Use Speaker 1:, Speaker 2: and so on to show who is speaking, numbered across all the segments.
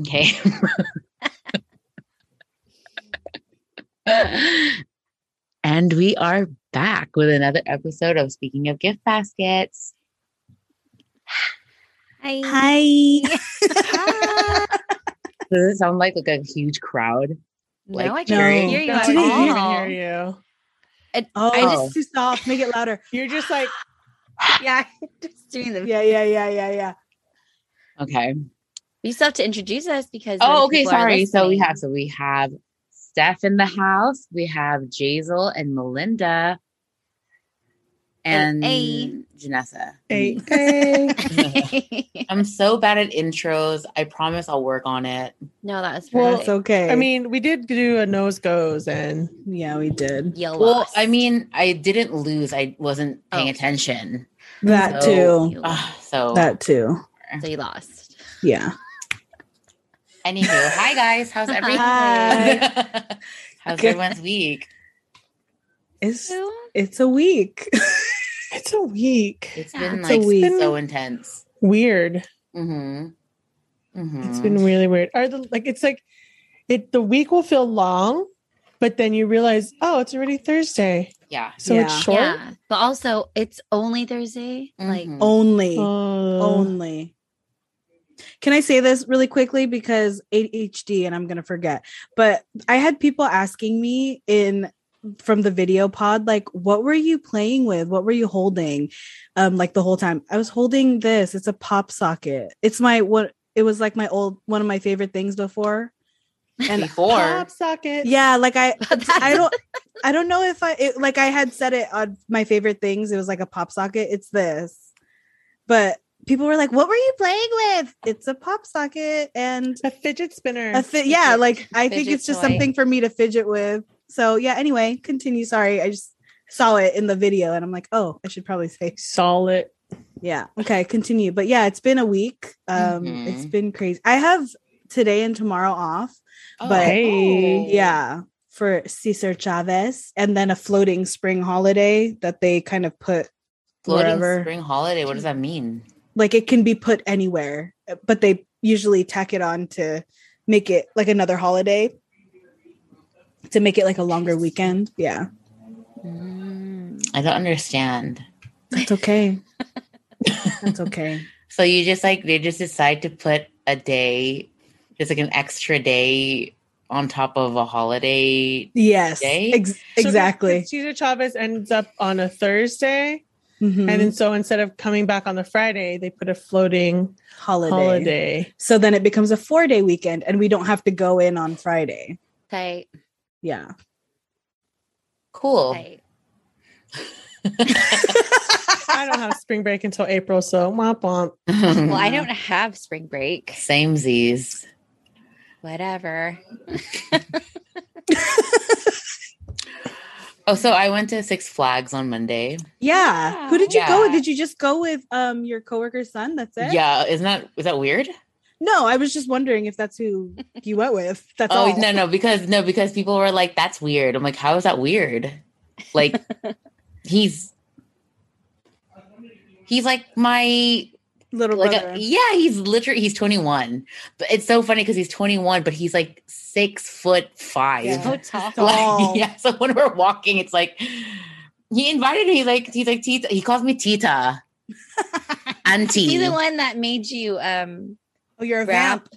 Speaker 1: Okay. and we are back with another episode of Speaking of Gift Baskets.
Speaker 2: Hi.
Speaker 3: Hi.
Speaker 1: Does it sound like, like a huge crowd?
Speaker 2: No,
Speaker 1: Like,
Speaker 2: I
Speaker 3: no.
Speaker 2: can't hear you
Speaker 3: No,
Speaker 2: at
Speaker 3: I didn't
Speaker 2: all.
Speaker 3: even
Speaker 4: I didn't hear you.
Speaker 3: Oh,
Speaker 2: I
Speaker 1: just-
Speaker 3: it's too soft. Make it louder.
Speaker 4: You're just like,
Speaker 2: Yeah, just doing the.
Speaker 3: Yeah, yeah, yeah, yeah, yeah.
Speaker 1: Okay.
Speaker 2: You still have to introduce us because.
Speaker 1: Oh,
Speaker 2: other
Speaker 1: okay.
Speaker 2: people are
Speaker 1: Sorry. So we
Speaker 2: listening.
Speaker 1: have so we have Steph in the house. We have Jazel and Melinda and
Speaker 2: hey.
Speaker 1: Janessa.
Speaker 4: hey,
Speaker 1: I'm so bad at intros. I promise I'll work on it.
Speaker 2: no, that was
Speaker 4: Well,
Speaker 2: perfect.
Speaker 3: It's okay.
Speaker 4: I mean, we did do a nose goes and
Speaker 3: yeah, we did
Speaker 2: you
Speaker 1: Well,
Speaker 2: lost.
Speaker 1: I mean, I didn't lose. I wasn't paying
Speaker 2: Oh.
Speaker 1: attention.
Speaker 3: that
Speaker 1: So-
Speaker 3: too.
Speaker 2: you lost.
Speaker 1: Ugh, Ah, so,
Speaker 3: That too.
Speaker 2: So you lost.
Speaker 3: Yeah.
Speaker 1: anywho, hi guys. How's everyone?
Speaker 3: Hi.
Speaker 1: How's
Speaker 3: Good.
Speaker 1: everyone's week?
Speaker 3: It's it's a week.
Speaker 4: it's a week.
Speaker 1: It's been
Speaker 3: It's a
Speaker 1: like
Speaker 3: week.
Speaker 1: so intense.
Speaker 4: Weird.
Speaker 1: Mm-hmm. Mm-hmm.
Speaker 4: It's been really weird. Are the like it's like it the week will feel long, but then you realize, oh, it's already Thursday.
Speaker 1: yeah.
Speaker 4: So
Speaker 3: Yeah.
Speaker 4: it's short.
Speaker 2: Yeah, but also it's only Thursday. Like
Speaker 1: Mhm.
Speaker 3: Only.
Speaker 4: Oh,
Speaker 3: Only. Can I say this really quickly because ADHD and I'm going to forget. But I had people asking me in from the video pod like what were you playing with? What were you holding? Um like the whole time. I was holding this. It's a pop socket. It's my what it was like my old one of my favorite things before. And
Speaker 1: Before.
Speaker 4: pop socket.
Speaker 3: yeah, like I I
Speaker 2: I
Speaker 3: don't I don't know if I it, like I had said it on my favorite things. It was like a pop socket. It's this. But people were like, "What were you playing with?" It's a pop socket and
Speaker 4: A fidget spinner.
Speaker 3: a fi- yeah,
Speaker 1: Fidget-
Speaker 3: like I think
Speaker 1: fidget
Speaker 3: it's just
Speaker 1: toy.
Speaker 3: something for me to fidget with. So, yeah, anyway, continue. Sorry. I just saw it in the video and I'm like, "Oh, I should probably say."
Speaker 4: solid.
Speaker 3: Yeah. Okay, continue. But yeah, it's been a week. Um
Speaker 1: Mhm.
Speaker 3: it's been crazy. I have today and tomorrow off.
Speaker 1: Oh.
Speaker 3: but-
Speaker 4: Hey.
Speaker 3: Yeah, for Cesar Chavez, and then a floating spring holiday that they kind of put
Speaker 1: Floating
Speaker 3: wherever.
Speaker 1: spring holiday. What does that mean?
Speaker 3: like it can be put anywhere, but they usually tack it on to make it like another holiday to make it like a longer weekend. Yeah,
Speaker 2: Mm.
Speaker 1: I don't understand.
Speaker 3: that's okay. that's okay.
Speaker 1: So you just like they just decide to put a day, just like an extra day on top of a holiday.
Speaker 3: Yes,
Speaker 1: Day?
Speaker 3: ex- exactly.
Speaker 4: Cesar Chavez ends up on a Thursday.
Speaker 3: Mhm.
Speaker 4: And then so instead of coming back on the Friday, they put a floating
Speaker 3: holiday.
Speaker 4: holiday.
Speaker 3: So then it becomes a four day weekend, and we don't have to go in on Friday.
Speaker 2: Tight,
Speaker 3: Yeah.
Speaker 1: Cool.
Speaker 2: tight.
Speaker 4: I don't have spring break until April, so womp womp.
Speaker 1: Mm-hmm.
Speaker 2: Well, I don't have spring break.
Speaker 1: Same Z's.
Speaker 2: Whatever.
Speaker 1: Oh, so I went to Six Flags on Monday.
Speaker 3: Yeah.
Speaker 2: Yeah.
Speaker 3: Who did you go with?
Speaker 1: Yeah.
Speaker 3: Did you just go with um your coworker's son? That's it?
Speaker 1: Yeah, isn't that is that weird?
Speaker 3: No, I was just wondering if that's who you went with. That's
Speaker 1: oh
Speaker 3: all.
Speaker 1: no, no, because no, because people were like, "That's weird." I'm like, "How is that weird?" Like, he's he's like my
Speaker 3: Little
Speaker 1: like
Speaker 3: brother.
Speaker 1: a, E yeah he's literally he's 21 but it's so funny because he's 21 but he's like six foot five
Speaker 3: Yeah.
Speaker 2: So tall.
Speaker 3: Tall.
Speaker 4: Oh.
Speaker 1: like, yeah so when we're walking it's like he invited me like he's like tita he calls me tita auntie
Speaker 2: He's the one that made you um
Speaker 3: oh, you're a
Speaker 2: grab.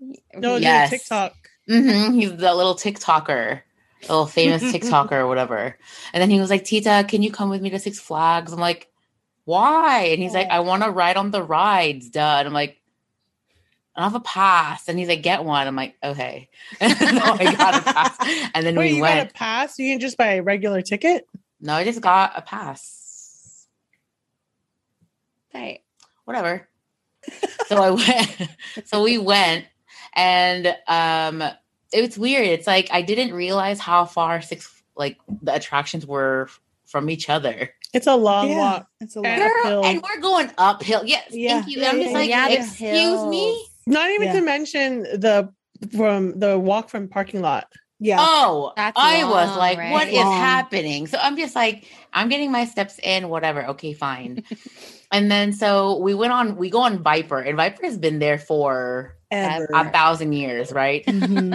Speaker 3: vamp.
Speaker 4: No,
Speaker 1: Yes.
Speaker 4: yes. TikTok.
Speaker 1: Mhm, he's the little tiktoker little famous tiktoker or whatever and then he was like tita can you come with me to six flags i'm like why and he's
Speaker 4: Oh.
Speaker 1: like i want to ride on the rides duh and i'm like I don't have a pass, and he's like, "Get one." I'm like, "Okay." so I got a pass, and then
Speaker 4: Wait,
Speaker 1: we
Speaker 4: you
Speaker 1: went.
Speaker 4: got a pass? You can just buy a regular ticket?
Speaker 1: No, I just got a pass.
Speaker 2: Tight.
Speaker 1: Whatever. so I went. So we went, and um, it's weird. It's like I didn't realize how far six like the attractions were from each other.
Speaker 4: It's a long
Speaker 3: Yeah.
Speaker 4: walk.
Speaker 3: It's a
Speaker 4: And
Speaker 3: lot.
Speaker 4: Yeah.
Speaker 1: Girl,
Speaker 4: uphill.
Speaker 1: and we're going uphill. Yes,
Speaker 3: Yeah.
Speaker 1: thank you.
Speaker 3: Yeah,
Speaker 1: I'm
Speaker 3: yeah,
Speaker 1: just
Speaker 3: yeah,
Speaker 1: like,
Speaker 2: yeah, the
Speaker 1: excuse me.
Speaker 4: Not even
Speaker 3: Yeah.
Speaker 4: to mention the from the walk from parking lot.
Speaker 3: Yeah.
Speaker 1: Oh,
Speaker 2: That's
Speaker 1: I was
Speaker 2: long,
Speaker 1: like,
Speaker 2: right?
Speaker 1: what is
Speaker 3: Long.
Speaker 1: happening? So I'm just like, I'm getting my steps in, whatever. Okay, fine. and then so we went on, we go on Viper, and Viper has been there for
Speaker 4: ever.
Speaker 1: a thousand years, right?
Speaker 3: Mhm.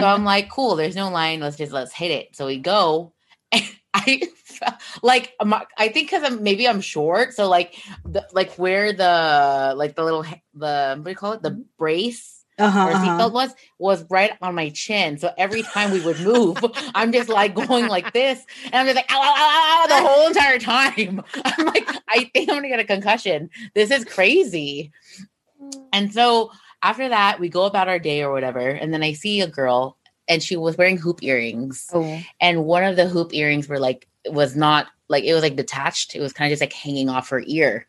Speaker 1: So I'm like, cool. There's no line. Let's just let's hit it. So we go. And I fe- like my- I think because I'm maybe I'm short, so like the, like where the like the little he- the what do you call it the brace
Speaker 3: Uh-huh,
Speaker 1: or
Speaker 3: uh-huh.
Speaker 1: seatbelt was was right on my chin. So every time we would move, I'm just like going like this, and I'm just like ow, ow, ow, ow, the whole entire time. I'm like I think I'm gonna get a concussion. This is crazy. And so after that, we go about our day or whatever. And then I see a girl and she was wearing hoop earrings.
Speaker 2: Oh,
Speaker 1: And one of the hoop earrings were like, was not like, it was like detached. It was kind of just like hanging off her ear.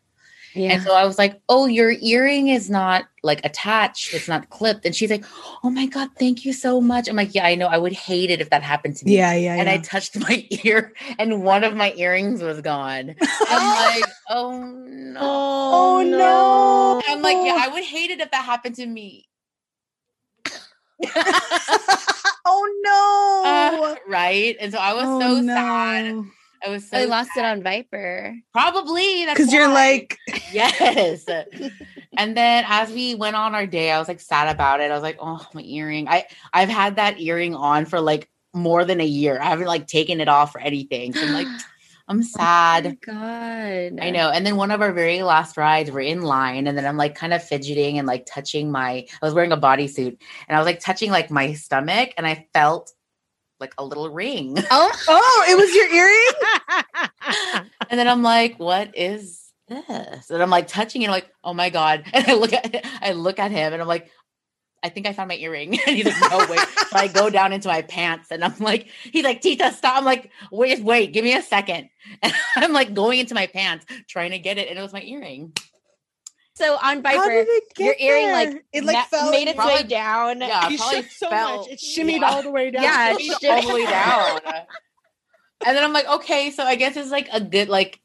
Speaker 2: yeah.
Speaker 1: And so I was like, oh, your earring is not like attached. It's not clipped. And she's like, oh my God, thank you so much. I'm like, yeah, I know. I would hate it if that happened to me.
Speaker 3: Yeah, yeah,
Speaker 1: And I
Speaker 3: yeah.
Speaker 1: touched my ear and one of my earrings was gone. I'm like, oh no.
Speaker 4: oh no.
Speaker 1: I'm like, yeah, I would hate it if that happened to me.
Speaker 4: oh no.
Speaker 1: Uh, right? And so I was
Speaker 3: Oh,
Speaker 1: so
Speaker 3: no.
Speaker 1: sad. I was so
Speaker 2: I lost it on Viper.
Speaker 1: probably that's
Speaker 3: Because you're
Speaker 1: why.
Speaker 3: like,
Speaker 1: yes. and then as we went on our day, I was like sad about it. I was like, oh, my earring. I I've had that earring on for like more than a year. I haven't like taken it off or anything. So I'm like, I'm sad.
Speaker 2: Oh my God.
Speaker 1: I know. And then one of our very last rides, we're in line, and then I'm like kind of fidgeting and like touching my. I was wearing a bodysuit, and I was like touching like my stomach, and I felt like a little ring.
Speaker 3: oh, it was your earring?
Speaker 1: and then I'm like, "What is this?" And I'm like touching it, I'm like, "Oh my god!" And I look at, I look at him, and I'm like. I think I found my earring. And he's like, no, wait. so I go down into my pants and I'm like, he's like, Tita, stop. I'm like, wait, wait, give me a second. And I'm like going into my pants trying to get it. And it was my earring.
Speaker 2: So on
Speaker 4: How
Speaker 2: Viper,
Speaker 4: did it
Speaker 2: your
Speaker 4: get
Speaker 2: earring, like,
Speaker 4: there? it like
Speaker 2: na-
Speaker 4: fell
Speaker 2: made its
Speaker 1: Probably-
Speaker 2: way down.
Speaker 1: Yeah,
Speaker 4: You
Speaker 1: probably
Speaker 4: shook so
Speaker 1: fell.
Speaker 4: much. It shimmied
Speaker 1: yeah.
Speaker 4: all the way down.
Speaker 2: Yeah,
Speaker 1: Shimmied all the way down. and then I'm like, okay, so I guess it's like a good like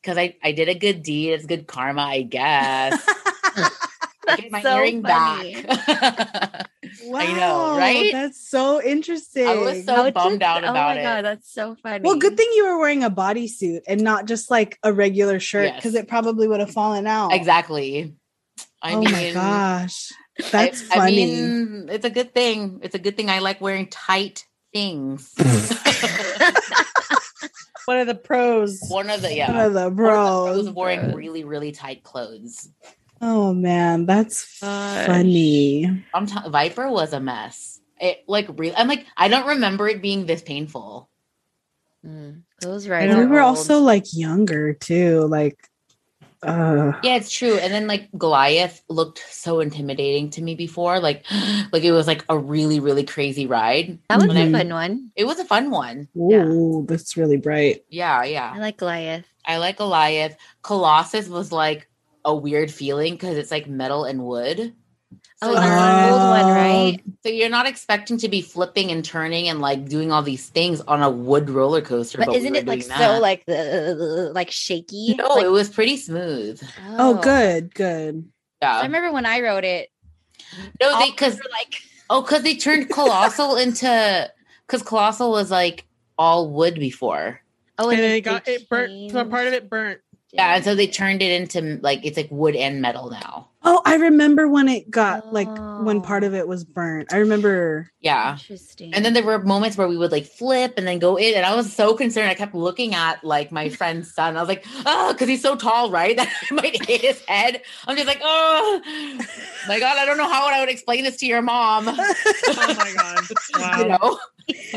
Speaker 1: because I I did a good deed. It's good karma, I guess. I get my
Speaker 2: so
Speaker 1: earring
Speaker 2: funny.
Speaker 1: back.
Speaker 3: Wow,
Speaker 1: I know, right?
Speaker 3: That's so interesting.
Speaker 1: I was so
Speaker 2: How did-
Speaker 1: bummed out about
Speaker 2: Oh my
Speaker 1: it.
Speaker 2: God, that's so funny.
Speaker 3: well, good thing you were wearing a bodysuit and not just like a regular shirt
Speaker 1: Yes.
Speaker 3: because it probably would have fallen out.
Speaker 1: exactly. I
Speaker 3: oh
Speaker 1: mean,
Speaker 3: my gosh.
Speaker 1: I-
Speaker 3: That's
Speaker 1: I,
Speaker 3: funny.
Speaker 1: mean, it's a good thing. It's a good thing I like wearing tight things.
Speaker 4: One of the pros.
Speaker 1: One of the yeah.
Speaker 3: Brother,
Speaker 1: Bro,
Speaker 3: bro.
Speaker 1: wearing
Speaker 2: Bros.
Speaker 1: really, really tight clothes.
Speaker 3: Oh man, that's
Speaker 2: Gosh.
Speaker 3: funny.
Speaker 1: I'm t- Viper was a mess. It like really. I'm like I don't remember it being this painful.
Speaker 2: Mm, those rides.
Speaker 3: And we
Speaker 2: are
Speaker 3: were
Speaker 2: old.
Speaker 3: also like younger too. Like, uh,
Speaker 1: Yeah, it's true. And then like Goliath looked so intimidating to me before. Like, like it was like a really really crazy ride.
Speaker 2: That was
Speaker 1: Mhm.
Speaker 2: a fun one.
Speaker 1: It was a fun one.
Speaker 2: Yeah.
Speaker 3: ooh, that's really bright.
Speaker 1: Yeah, yeah.
Speaker 2: I like Goliath.
Speaker 1: I like Goliath. Colossus was like a weird feeling because it's like metal and wood.
Speaker 2: Oh,
Speaker 1: So
Speaker 2: they're
Speaker 1: you're-
Speaker 2: on an old one, right?
Speaker 1: So you're not expecting to be flipping and turning and like doing all these things on a wood roller coaster.
Speaker 2: But
Speaker 1: we
Speaker 2: isn't
Speaker 1: were
Speaker 2: it like
Speaker 1: doing that.
Speaker 2: so like the like shaky?
Speaker 1: No,
Speaker 2: Like-
Speaker 1: it was pretty smooth.
Speaker 3: Oh, good, good.
Speaker 2: I
Speaker 1: Yeah.
Speaker 2: remember when I wrote it.
Speaker 1: No, they
Speaker 2: all-
Speaker 1: because
Speaker 2: were like
Speaker 1: oh, because they turned colossal into because colossal was like all wood before.
Speaker 2: oh,
Speaker 4: And
Speaker 2: and,
Speaker 4: it
Speaker 2: they
Speaker 4: got
Speaker 2: they
Speaker 4: it burnt. Some part of it burnt.
Speaker 2: changed
Speaker 1: Yeah, and so they turned it into like it's like wood and metal now.
Speaker 3: Oh, I remember when it got like when part
Speaker 2: Oh.
Speaker 3: of it was burnt. I remember.
Speaker 1: Yeah.
Speaker 2: Interesting.
Speaker 1: And then there were moments where we would like flip and then go in, and I was so concerned. I kept looking at like my friend's son. I was like, oh, because he's so tall, right? That I might hit his head. I'm just like, oh my god, I don't know how I would explain this to your mom.
Speaker 4: Oh my god! Wow.
Speaker 1: You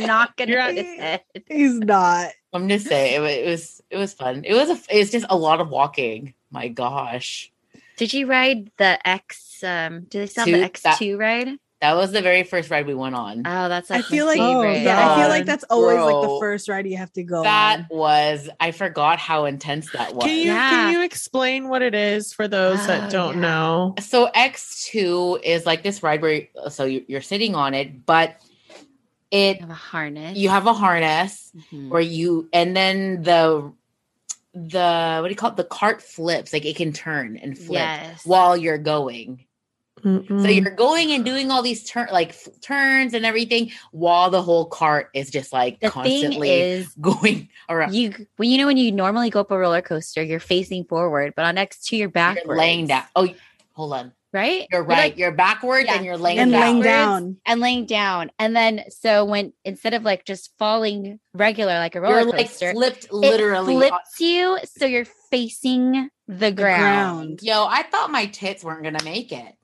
Speaker 1: know,
Speaker 2: not gonna
Speaker 4: You're
Speaker 2: hit
Speaker 3: at-
Speaker 2: his head.
Speaker 3: He's not.
Speaker 1: I'm just saying it, wa- it was it was fun. It was a, it's just a lot of walking. My gosh,
Speaker 2: Did you ride the X? Um, do they still
Speaker 1: Two-
Speaker 2: have the X two ride?
Speaker 1: that was the very first ride we went on.
Speaker 2: Oh, that's like
Speaker 3: I feel
Speaker 2: my
Speaker 3: like
Speaker 4: Oh,
Speaker 2: favorite.
Speaker 3: yeah, I feel like
Speaker 4: God.
Speaker 3: that's always like the
Speaker 1: Bro.
Speaker 3: first ride you have to go.
Speaker 1: That
Speaker 3: on.
Speaker 1: was I forgot how intense that was.
Speaker 4: Can you
Speaker 2: Yeah.
Speaker 4: can you explain what it is for those
Speaker 2: Oh,
Speaker 4: that don't
Speaker 2: yeah.
Speaker 4: know?
Speaker 1: so X2 is like this ride where so you- you're sitting on it, but it
Speaker 2: You have a harness.
Speaker 1: you have a harness
Speaker 2: Mhm.
Speaker 1: where you and then the the what do you call it? The cart flips, like it can turn and flip
Speaker 2: Yes. Mm.
Speaker 1: while you're going. So you're going and doing all these turn like f- turns and everything while the whole cart is just like
Speaker 2: the thing
Speaker 1: constantly
Speaker 2: is,
Speaker 1: going around.
Speaker 2: you well, you know when you normally go up a roller coaster, you're facing forward, but on X two, you're
Speaker 1: You're
Speaker 2: backwards.
Speaker 1: laying down. Oh, hold on.
Speaker 2: right?
Speaker 1: You're right.
Speaker 2: like,
Speaker 1: you're backward
Speaker 2: Yeah.
Speaker 1: and you're laying
Speaker 3: and
Speaker 1: down.
Speaker 3: laying
Speaker 2: backwards.
Speaker 3: down.
Speaker 2: and laying down. And then so when instead of like just falling regular like a roller
Speaker 1: You're like
Speaker 2: coaster,
Speaker 1: flipped
Speaker 2: it
Speaker 1: literally. on-
Speaker 2: flips you so you're facing the ground.
Speaker 3: ground.
Speaker 1: Yo, I thought my tits weren't gonna make it.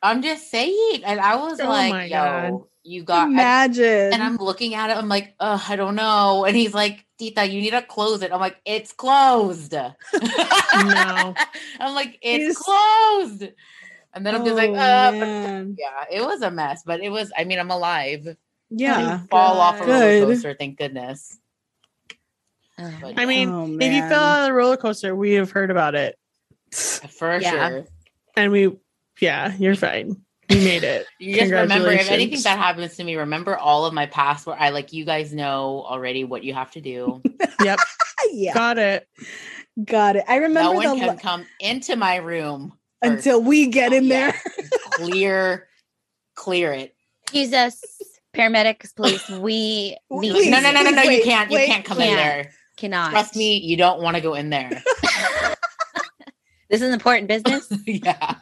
Speaker 1: I'm just saying, and I was
Speaker 4: Oh my
Speaker 1: like, "Yo,
Speaker 4: God.
Speaker 1: you got." and-
Speaker 3: Imagine.
Speaker 1: and I'm looking at it. I'm like, "Ugh, I don't know." And he's like, "Tita, you need to close it." I'm like, "It's closed."
Speaker 4: No.
Speaker 1: I'm like, "It's
Speaker 4: He's-
Speaker 1: closed." And then I'm just like,
Speaker 3: Oh,
Speaker 1: "Uh."
Speaker 3: man.
Speaker 1: Yeah, it was a mess, but it was. I mean, I'm alive.
Speaker 3: yeah.
Speaker 1: Fall off a roller
Speaker 3: Good.
Speaker 1: coaster, thank goodness.
Speaker 2: Ugh.
Speaker 1: But
Speaker 4: I mean,
Speaker 3: Oh,
Speaker 4: if you
Speaker 3: man.
Speaker 4: fell out of the roller coaster, we have heard about it.
Speaker 1: for
Speaker 2: Yeah.
Speaker 1: sure.
Speaker 4: And we, yeah, you're fine. You made it.
Speaker 1: You just remember if anything
Speaker 4: Congratulations.
Speaker 1: that happens to me, remember all of my past where I like you guys know already what you have to do.
Speaker 4: Yep.
Speaker 3: yeah.
Speaker 4: Got it.
Speaker 3: Got it. I
Speaker 1: no
Speaker 3: remember
Speaker 1: one
Speaker 3: the
Speaker 1: can
Speaker 3: la-
Speaker 1: come into my room first.
Speaker 3: until we get in there.
Speaker 1: clear clear it.
Speaker 2: Jesus, paramedics, police, we we
Speaker 3: Please,
Speaker 1: no, no, no, no, no, you
Speaker 3: wait,
Speaker 1: can't. You
Speaker 3: wait,
Speaker 1: can't come in
Speaker 2: can't.
Speaker 1: there.
Speaker 2: cannot.
Speaker 1: Trust me, you don't want to go in there.
Speaker 2: This is important business.
Speaker 1: yeah.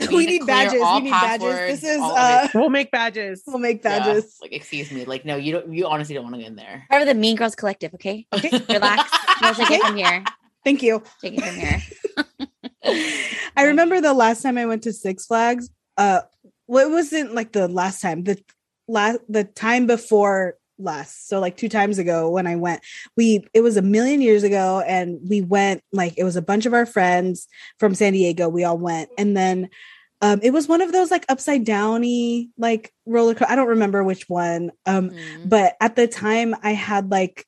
Speaker 3: We
Speaker 1: to
Speaker 3: need
Speaker 1: clear
Speaker 3: badges.
Speaker 1: all
Speaker 3: We need badges.
Speaker 1: passwords,
Speaker 3: This is
Speaker 1: all of
Speaker 3: uh
Speaker 1: it.
Speaker 4: We'll make badges.
Speaker 3: we'll make
Speaker 1: Yeah.
Speaker 3: badges.
Speaker 1: Like, excuse me. Like, no, you don't you honestly don't want to go in there.
Speaker 2: Part of the Mean Girls Collective, okay? Relax. We'll take it from here.
Speaker 3: Thank you.
Speaker 2: Take it from here.
Speaker 3: I remember the last time I went to Six Flags. Uh, well, it wasn't like the last time. The last the time before last, so like two times ago when I went, we it was a million years ago, and we went like it was a bunch of our friends from San Diego. We all went, and then. Um, it was one of those like upside downy like roller co- I don't remember which one. Um,
Speaker 2: Mm.
Speaker 3: but at the time I had like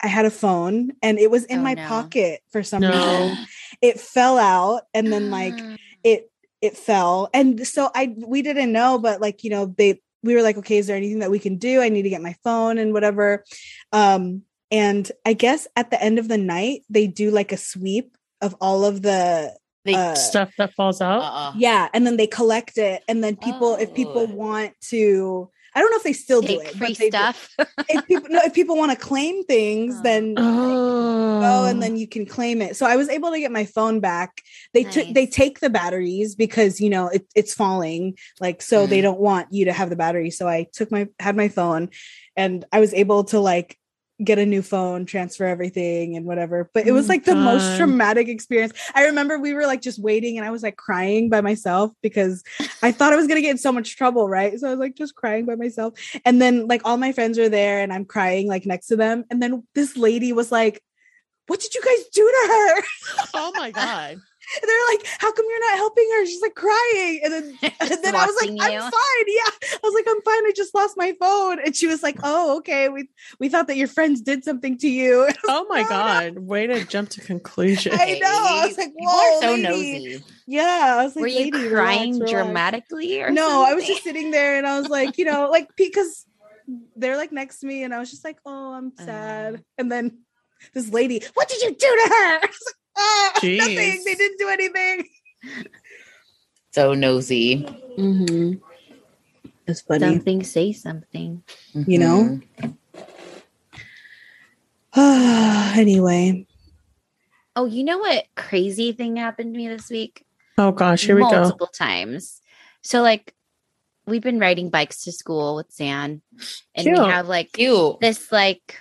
Speaker 3: I had a phone and it was in
Speaker 2: Oh,
Speaker 3: my
Speaker 2: no.
Speaker 3: pocket for some
Speaker 4: No.
Speaker 3: reason. It fell out and then like
Speaker 2: Mm.
Speaker 3: it it fell. And so I we didn't know but like you know they we were like okay is there anything that we can do? I need to get my phone and whatever. Um and I guess at the end of the night they do like a sweep of all of the
Speaker 1: They-
Speaker 3: uh,
Speaker 4: Stuff that falls out.
Speaker 1: uh-uh.
Speaker 3: yeah and then they collect it and then people if
Speaker 1: Oh.
Speaker 3: people want to I don't know if they still do
Speaker 2: take
Speaker 3: it.
Speaker 2: free
Speaker 3: but they do-
Speaker 2: stuff.
Speaker 3: if people no, if people want to claim things,
Speaker 2: Oh.
Speaker 3: then
Speaker 4: Oh.
Speaker 3: go and then you can claim it. So I was able to get my phone back. They took
Speaker 2: Nice.
Speaker 3: they take the batteries because you know it, it's falling, like so
Speaker 2: Mm-hmm.
Speaker 3: they don't want you to have the battery. So I took my had my phone, and I was able to like get a new phone, transfer everything and whatever. But it was
Speaker 4: Mm,
Speaker 3: like the most
Speaker 4: fun.
Speaker 3: traumatic experience. I remember we were like just waiting and I was like crying by myself because I thought I was going to get in so much trouble, right? So I was like just crying by myself. And then like all my friends are there and I'm crying like next to them and then this lady was like what did you guys do to her?
Speaker 4: oh my God.
Speaker 3: And they're like, "How come you're not helping her?" She's like crying, and then and then I was like,
Speaker 2: Watching
Speaker 3: "I'm
Speaker 2: you.
Speaker 3: fine." Yeah, I was like, "I'm fine. I just lost my phone." And she was like, "Oh, okay. We we thought that your friends did something to you."
Speaker 4: Oh
Speaker 3: No,
Speaker 4: my
Speaker 3: no.
Speaker 4: God. Way to jump to conclusion.
Speaker 3: I know. I was like,
Speaker 1: People are
Speaker 3: "Whoa,
Speaker 1: so
Speaker 3: lady."
Speaker 1: nosy.
Speaker 3: yeah, I was like,
Speaker 2: Were you
Speaker 3: "Lady,
Speaker 2: crying
Speaker 3: relax, relax."
Speaker 2: dramatically or
Speaker 3: No, I was
Speaker 2: something?
Speaker 3: just sitting there, and I was like, you know, like because they're like next to me, and I was just like, "Oh, I'm
Speaker 2: Uh.
Speaker 3: sad." and then this lady, "What did you do to her?" I was like, "Ah, nothing.
Speaker 4: Jeez.
Speaker 3: They didn't do anything."
Speaker 1: So nosy.
Speaker 3: It's funny.
Speaker 2: something say something.
Speaker 3: You know?
Speaker 1: Mhm.
Speaker 3: anyway,
Speaker 2: Oh, you know what crazy thing happened to me this week?
Speaker 4: Oh gosh. Here we go.
Speaker 2: Multiple times. So like we've been riding bikes to school with Zan and we
Speaker 4: Cute.
Speaker 2: have like
Speaker 1: cute.
Speaker 2: this like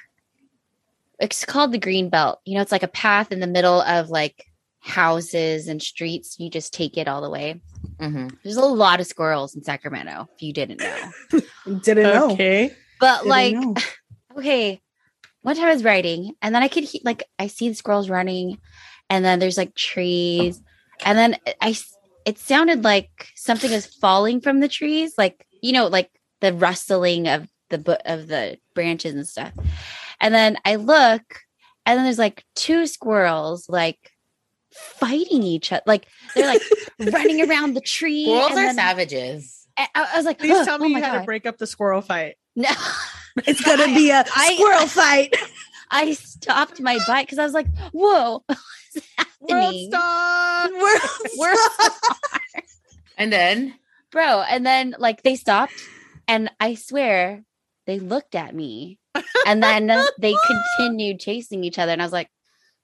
Speaker 2: it's called the green belt. You know, it's like a path in the middle of like houses and streets. You just take it all the way.
Speaker 1: hmm
Speaker 2: There's a lot of squirrels in Sacramento, if you didn't know.
Speaker 3: didn't know.
Speaker 4: Okay.
Speaker 2: But
Speaker 3: Didn't
Speaker 2: like
Speaker 3: know.
Speaker 2: okay one time i was writing and then i could he- like i see the squirrels running and then there's like trees and then i s- it sounded like something is falling from the trees like you know like the rustling of the bu- of the branches and stuff and then i look and then there's like two squirrels like fighting each other like they're like running around the tree
Speaker 1: Squirrels
Speaker 2: and
Speaker 1: are
Speaker 2: then-
Speaker 1: savages.
Speaker 2: I, I was like
Speaker 4: Please
Speaker 2: "Ugh,
Speaker 4: tell
Speaker 2: oh
Speaker 4: me
Speaker 2: my
Speaker 4: you had to
Speaker 2: God."
Speaker 4: break up the squirrel fight.
Speaker 2: no
Speaker 3: it's gonna be a
Speaker 2: I-
Speaker 3: squirrel fight.
Speaker 2: I stopped my bike because I was like, whoa, what's
Speaker 4: World
Speaker 2: happening?
Speaker 4: star.
Speaker 2: We're-
Speaker 1: And then
Speaker 2: Bro, and then like they stopped, and I swear they looked at me, and then they continued chasing each other, and I was like,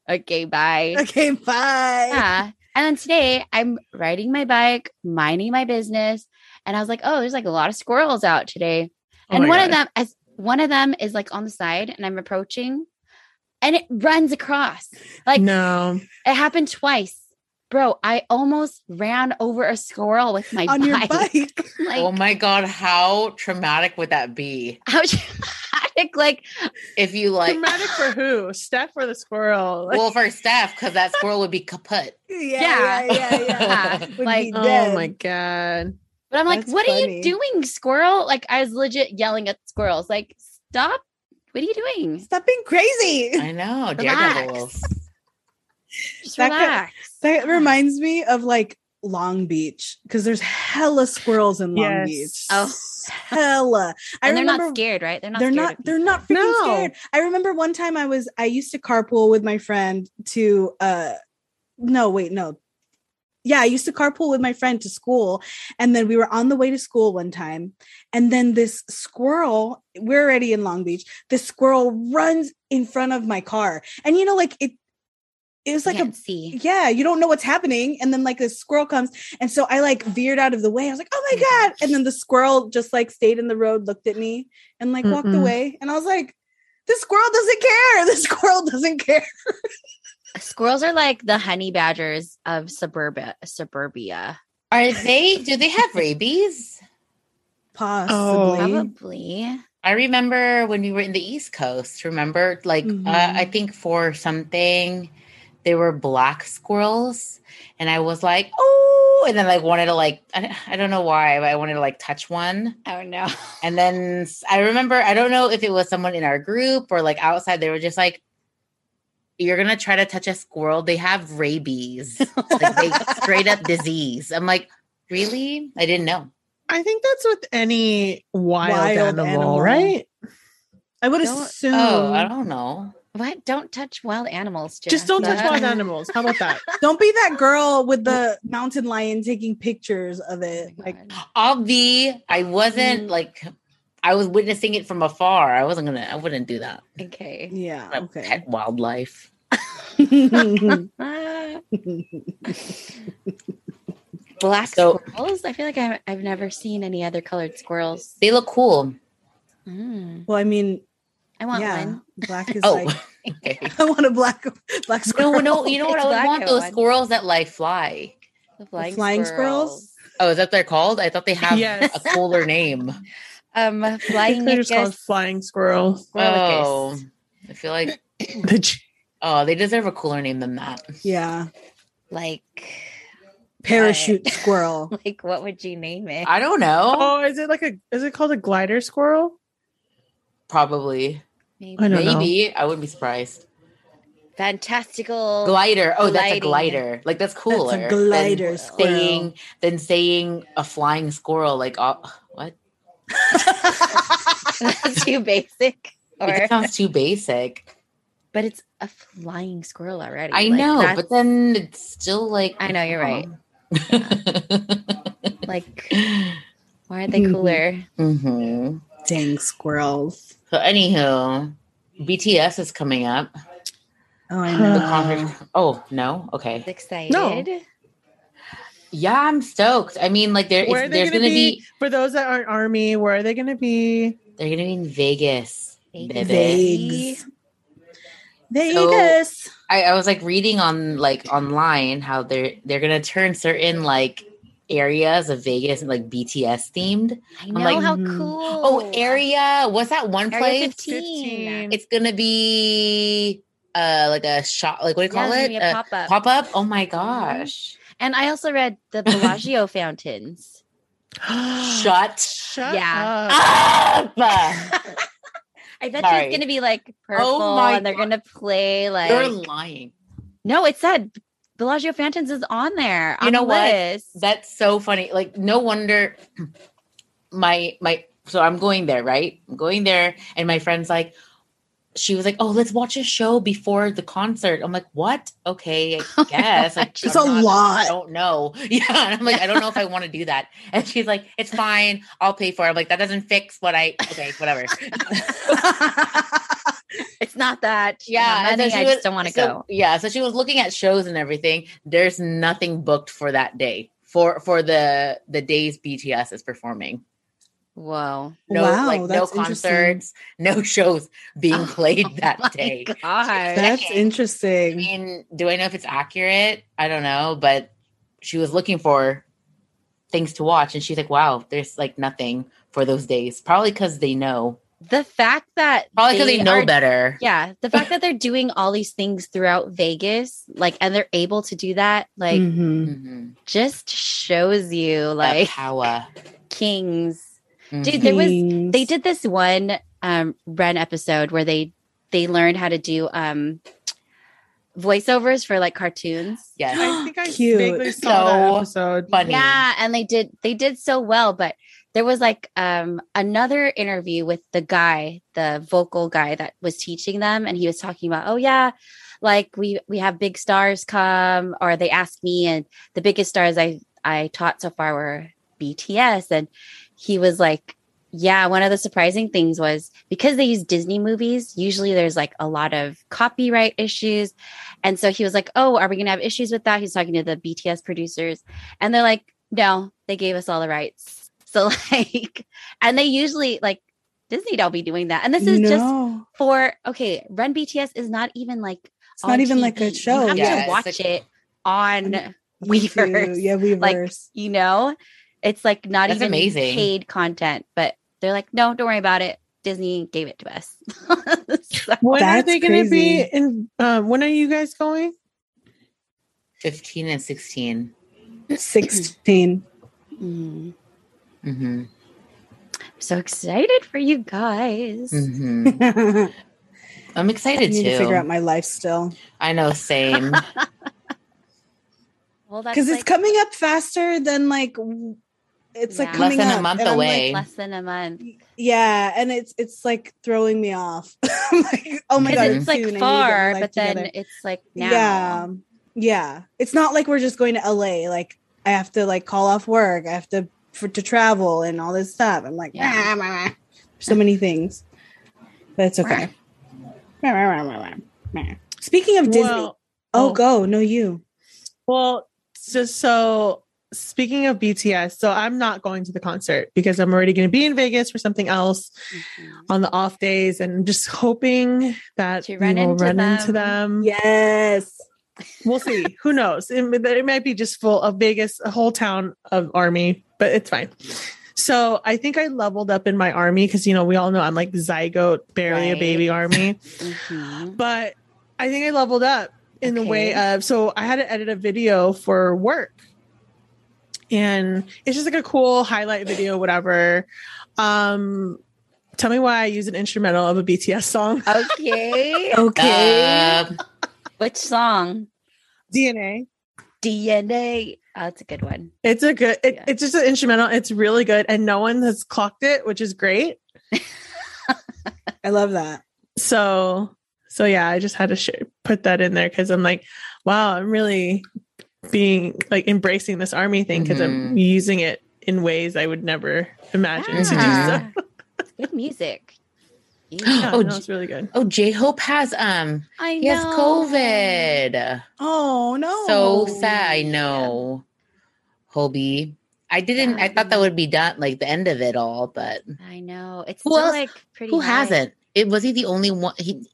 Speaker 2: okay, bye.
Speaker 3: okay, bye.
Speaker 2: Yeah. And then today I'm riding my bike, minding my business. And I was like, oh, there's like a lot of squirrels out today.
Speaker 1: Oh
Speaker 2: And
Speaker 1: my
Speaker 2: one of
Speaker 1: God.
Speaker 2: them as one of them is like on the side and I'm approaching and it runs across. Like
Speaker 4: no.
Speaker 2: it happened twice. Bro, I almost ran over a squirrel with my
Speaker 3: on
Speaker 2: bike.
Speaker 3: your bike.
Speaker 2: Like
Speaker 1: oh my god, how traumatic would that be?
Speaker 2: how traumatic. Like
Speaker 1: If you like
Speaker 4: Traumatic for who? Steph or the squirrel?
Speaker 1: well for Steph, because that squirrel would be kaput.
Speaker 3: Yeah, yeah, yeah.
Speaker 2: yeah,
Speaker 3: Would
Speaker 2: like
Speaker 3: be
Speaker 4: oh
Speaker 3: dead.
Speaker 4: my god.
Speaker 2: But I'm like,
Speaker 3: That's
Speaker 2: what are
Speaker 3: funny.
Speaker 2: you doing, squirrel? Like, I was legit yelling at squirrels, like, stop. What are you doing?
Speaker 3: Stop being crazy.
Speaker 1: I know, daredevils.
Speaker 2: Relax. Just
Speaker 3: That could-
Speaker 2: relax.
Speaker 3: That reminds me of like Long Beach because there's hella squirrels in Long
Speaker 4: Yes.
Speaker 3: Beach.
Speaker 2: Oh.
Speaker 3: hella. I
Speaker 2: and they're
Speaker 3: remember
Speaker 2: not scared, right? They're not
Speaker 3: they're
Speaker 2: scared.
Speaker 3: not
Speaker 2: of
Speaker 3: they're
Speaker 2: people.
Speaker 3: not freaking
Speaker 4: No.
Speaker 3: scared. I remember one time I was I used to carpool with my friend to uh no wait no yeah I used to carpool with my friend to school and then we were on the way to school one time and then this squirrel we're already in Long Beach this squirrel runs in front of my car and you know like it it was
Speaker 2: You
Speaker 3: like a
Speaker 2: can't see.
Speaker 3: yeah, you don't know what's happening. And then like this squirrel comes. And so I like veered out of the way. I was like, oh my God. And then the squirrel just like stayed in the road, looked at me and like walked
Speaker 4: Mm-mm.
Speaker 3: away. And I was like, this squirrel doesn't care. This squirrel doesn't care.
Speaker 2: Squirrels are like the honey badgers of suburbia. Suburbia,
Speaker 1: Are they do they have rabies?
Speaker 3: Possibly.
Speaker 1: Oh.
Speaker 2: probably.
Speaker 1: I remember when we were in the East Coast, remember like
Speaker 2: Mm-hmm.
Speaker 3: Mhm.
Speaker 1: uh, I think for something they were black squirrels and I was like, "Oh," and then like wanted to like I, I don't know why, but I wanted to like touch one.
Speaker 2: Oh no!
Speaker 1: And then s- I remember, I don't know if it was someone in our group or like outside, they were just like, You're gonna try to touch a squirrel. They have rabies, like they straight up disease. I'm like, Really? I didn't know.
Speaker 4: I think that's with any wild,
Speaker 3: Wild
Speaker 4: animal,
Speaker 3: animal.
Speaker 4: right?
Speaker 3: I would
Speaker 2: Don't-
Speaker 3: assume.
Speaker 1: Oh, I don't know.
Speaker 2: What? Don't touch wild animals. Jenna.
Speaker 4: Just don't touch
Speaker 1: Yeah.
Speaker 4: wild animals. How about that?
Speaker 3: don't be that girl with the mountain lion taking pictures of
Speaker 2: Oh
Speaker 3: it.
Speaker 2: my
Speaker 3: Like,
Speaker 2: God.
Speaker 1: I'll be, I wasn't
Speaker 3: Mm.
Speaker 1: like, I was witnessing it from afar. I wasn't gonna, I wouldn't do that.
Speaker 2: okay.
Speaker 3: yeah,
Speaker 1: I
Speaker 3: okay.
Speaker 1: Pet wildlife.
Speaker 2: Ah,
Speaker 1: Black so
Speaker 2: squirrels. I feel like I've, I've never seen any other colored squirrels.
Speaker 1: they look cool.
Speaker 2: Mm.
Speaker 3: well, I mean,
Speaker 2: I want
Speaker 3: yeah,
Speaker 2: one.
Speaker 3: black is
Speaker 1: Oh,
Speaker 3: like,
Speaker 1: okay.
Speaker 3: I want a black, black squirrel.
Speaker 1: No, no, you know what?
Speaker 2: It's
Speaker 1: I would
Speaker 2: black,
Speaker 1: want
Speaker 2: I
Speaker 1: those
Speaker 2: want.
Speaker 1: squirrels that like fly.
Speaker 2: The
Speaker 3: flying,
Speaker 2: flying,
Speaker 3: squirrels.
Speaker 1: Oh, is that they're called? I thought they have
Speaker 4: Yes.
Speaker 1: a cooler name.
Speaker 2: Um,
Speaker 4: I
Speaker 2: flying
Speaker 4: think they're just called
Speaker 2: nickus.
Speaker 4: flying squirrel.
Speaker 1: Oh, I feel like
Speaker 4: The ch-
Speaker 1: oh, they deserve a cooler name than that.
Speaker 3: Yeah,
Speaker 2: Like,
Speaker 3: parachute squirrel.
Speaker 2: like what would you name it?
Speaker 1: I don't know.
Speaker 4: oh, is it like a? Is it called a glider squirrel?
Speaker 1: Probably,
Speaker 2: Maybe.
Speaker 4: I don't know.
Speaker 1: maybe I wouldn't be surprised.
Speaker 2: Fantastical.
Speaker 1: Glider. Oh, that's a
Speaker 2: Gliding.
Speaker 1: glider. Like that's cooler.
Speaker 3: That's a glider
Speaker 2: than
Speaker 1: Than
Speaker 3: squirrel.
Speaker 1: saying than saying a flying squirrel. Like oh, what?
Speaker 2: That's too basic. Or,
Speaker 1: Like, that sounds too basic.
Speaker 2: but it's a flying squirrel already.
Speaker 1: I
Speaker 2: Like,
Speaker 1: know,
Speaker 2: that's-
Speaker 1: but then it's still like oh.
Speaker 2: I know you're right. Like, why aren't they
Speaker 3: Mhm.
Speaker 2: cooler?
Speaker 1: hmm
Speaker 3: Dang squirrels.
Speaker 1: So, anywho, BTS is coming up.
Speaker 3: Oh, I
Speaker 1: The
Speaker 4: know.
Speaker 1: concert. Oh no. Okay.
Speaker 2: Excited.
Speaker 1: Yeah, I'm stoked. I mean, like there,
Speaker 4: Where are
Speaker 1: it's,
Speaker 4: they
Speaker 1: there's
Speaker 4: going to
Speaker 1: gonna be,
Speaker 4: be? For those that aren't army, where are they going to be?
Speaker 1: they're gonna be in Vegas.
Speaker 2: Vegas.
Speaker 1: baby.
Speaker 3: Vegas. Vegas.
Speaker 1: I, I was like reading on like online how they're they're gonna turn certain like areas of Vegas and like BTS themed.
Speaker 2: I know
Speaker 1: like,
Speaker 2: how
Speaker 3: mhm.
Speaker 2: cool.
Speaker 1: Oh, area. What's that one
Speaker 2: Area
Speaker 1: place?
Speaker 2: 15.
Speaker 1: It's gonna be uh like a shop. Like what do you
Speaker 2: Yeah,
Speaker 1: call
Speaker 2: it's gonna
Speaker 1: it?
Speaker 2: be a
Speaker 1: A
Speaker 2: pop-up.
Speaker 1: Pop up. Oh my gosh.
Speaker 2: and I also read the Bellagio fountains.
Speaker 1: Shut
Speaker 4: Shut
Speaker 2: Yeah.
Speaker 4: up.
Speaker 1: up.
Speaker 2: I bet you
Speaker 1: Sorry. Oh
Speaker 2: it's gonna be like purple,
Speaker 1: my
Speaker 2: and they're
Speaker 1: God.
Speaker 2: gonna play like.
Speaker 1: You're lying.
Speaker 2: no, it said Bellagio Fountains is on there.
Speaker 1: You
Speaker 2: on
Speaker 1: know
Speaker 2: the
Speaker 1: what?
Speaker 2: list.
Speaker 1: That's so funny. Like no wonder my my so I'm going there, right? I'm going there and my friend's like she was like, "Oh, let's watch a show before the concert." I'm like, "What? Okay,
Speaker 2: Oh
Speaker 1: I guess." Like,
Speaker 3: It's
Speaker 1: I'm
Speaker 3: a
Speaker 1: not-
Speaker 3: lot.
Speaker 1: I don't know. Yeah, and I'm like, I don't know if I want to do that. And she's like, "It's fine. I'll pay for it." I'm like, "That doesn't fix what I." Okay, whatever.
Speaker 2: it's not that.
Speaker 1: Yeah, and
Speaker 2: I
Speaker 1: so
Speaker 2: think
Speaker 1: she
Speaker 2: I just
Speaker 1: was-
Speaker 2: don't want to
Speaker 1: so-
Speaker 2: go.
Speaker 1: Yeah, so she was looking at shows and everything. There's nothing booked for that day for for the the days BTS is performing.
Speaker 2: Whoa.
Speaker 1: No,
Speaker 3: Wow,
Speaker 1: like no
Speaker 3: that's interesting.
Speaker 1: concerts, no shows being played
Speaker 2: My
Speaker 1: that day.
Speaker 2: God.
Speaker 3: That's
Speaker 1: Second. I
Speaker 3: interesting.
Speaker 1: mean, do I know if it's accurate? I don't know, but she was looking for things to watch, and she's like, "Wow, there's like nothing for those days." Probably because they know.
Speaker 2: The fact that
Speaker 1: Probably because they, know
Speaker 2: are-
Speaker 1: better.
Speaker 2: Yeah, the fact that they're doing all these things throughout Vegas, like, and they're able to do that, like,
Speaker 3: Mhm.
Speaker 1: Mhm.
Speaker 2: just shows you,
Speaker 1: The
Speaker 2: like,
Speaker 1: power.
Speaker 2: kings.
Speaker 1: Mhm.
Speaker 2: Dude, there was
Speaker 3: Things.
Speaker 2: they did this one um ren episode where they they learned how to do um voiceovers for like cartoons
Speaker 1: yes,
Speaker 4: I think I
Speaker 3: Cute.
Speaker 4: vaguely saw
Speaker 1: So
Speaker 4: that episode.
Speaker 1: funny.
Speaker 2: yeah and they did they did so well but there was like um another interview with the guy the vocal guy that was teaching them and he was talking about oh yeah like we we have big stars come or they asked me and the biggest stars i i taught so far were bts and he was like yeah one of the surprising things was because they use disney movies usually there's like a lot of copyright issues and so he was like oh are we going to have issues with that he's talking to the bts producers and they're like no they gave us all the rights so like and they usually like disney don't be doing that and this is just
Speaker 3: No.
Speaker 2: for okay run bts is not even like
Speaker 3: It's not even like a show.
Speaker 2: you have
Speaker 1: Yeah,
Speaker 2: to
Speaker 1: it's
Speaker 2: watch
Speaker 1: like-
Speaker 2: it on
Speaker 3: Weaver.
Speaker 2: Weavers.
Speaker 3: Yeah, Weavers.
Speaker 2: you know it's like not
Speaker 1: That's
Speaker 2: even
Speaker 1: amazing.
Speaker 2: paid content but they're like no don't worry about it disney gave it to us So-
Speaker 4: When are
Speaker 3: That's
Speaker 4: they going to be
Speaker 3: crazy.
Speaker 4: in? Um, when are you guys going?
Speaker 1: fifteen and 16
Speaker 3: Sixteen.
Speaker 2: Mm,
Speaker 1: Mm-hmm.
Speaker 2: I'm so excited for you guys
Speaker 1: hmm
Speaker 3: I
Speaker 1: I'm excited
Speaker 3: need to figure out
Speaker 1: too.
Speaker 3: my life still
Speaker 1: I know, same.
Speaker 2: well that's
Speaker 3: because it's
Speaker 2: like
Speaker 3: coming up faster than like w- it's like
Speaker 2: Yeah. Less
Speaker 3: coming
Speaker 1: than a
Speaker 3: up,
Speaker 1: month
Speaker 3: and I'm like,
Speaker 1: away.
Speaker 2: less than a month
Speaker 3: yeah, and it's it's like throwing me off. I'm like, oh my
Speaker 2: because
Speaker 3: god,
Speaker 1: Mhm.
Speaker 2: it's like
Speaker 3: soon I need to get my
Speaker 2: far
Speaker 3: life
Speaker 2: but then
Speaker 3: together.
Speaker 2: it's like now
Speaker 3: yeah, yeah, it's not like we're just going to LA. Like I have to like call off work. I have to for to travel and all this stuff. I'm like,
Speaker 2: Yeah.
Speaker 3: "Ah, ah, ah." so many things, but it's okay. Speaking of Disney,
Speaker 4: Well,
Speaker 3: oh,
Speaker 4: oh.
Speaker 3: go no you.
Speaker 4: well, just so speaking of BTS, so I'm not going to the concert because I'm already going to be in Vegas for something else
Speaker 2: Mhm.
Speaker 4: on the off days, and I'm just hoping that
Speaker 2: To
Speaker 4: we
Speaker 2: run
Speaker 4: will
Speaker 2: into
Speaker 4: run into
Speaker 2: them.
Speaker 4: them.
Speaker 3: Yes.
Speaker 4: We'll see. Who knows? It, it might be just full of Vegas, a whole town of army, but it's fine. So I think I leveled up in my army because you know we all know I'm like zygote, barely a
Speaker 1: Right.
Speaker 4: baby army.
Speaker 2: Mhm.
Speaker 4: but I think I leveled up in the way
Speaker 2: Okay.
Speaker 4: of so I had to edit a video for work. And it's just like a cool highlight video, whatever. Um tell me why I use an instrumental of a BTS song.
Speaker 2: okay
Speaker 1: Okay.
Speaker 2: Oh, which song
Speaker 4: DNA.
Speaker 2: dna oh that's a good one
Speaker 4: It's a good it,
Speaker 2: Yeah.
Speaker 4: it's just an instrumental. It's really good. And no one has clocked it, which is great.
Speaker 3: I love that.
Speaker 4: So so yeah, I just had to sh- put that in there because I'm like, wow, I'm really being like embracing this army thing because I'm using it in ways I would never imagine to do so.
Speaker 2: Yeah. Ah.
Speaker 1: Mm-hmm.
Speaker 2: good music
Speaker 4: Yeah,
Speaker 2: Yeah.
Speaker 1: Oh,
Speaker 4: no,
Speaker 1: j-
Speaker 4: it's really good.
Speaker 1: oh, J Hope has um
Speaker 2: I
Speaker 1: he has COVID.
Speaker 3: Oh no.
Speaker 1: So sad. I know. Hobie. I didn't I thought that would be done like the end of it all, but
Speaker 2: I know. It's
Speaker 1: Who
Speaker 2: still
Speaker 1: else-
Speaker 2: like pretty.
Speaker 1: who
Speaker 2: high.
Speaker 1: hasn't? It was he the only one he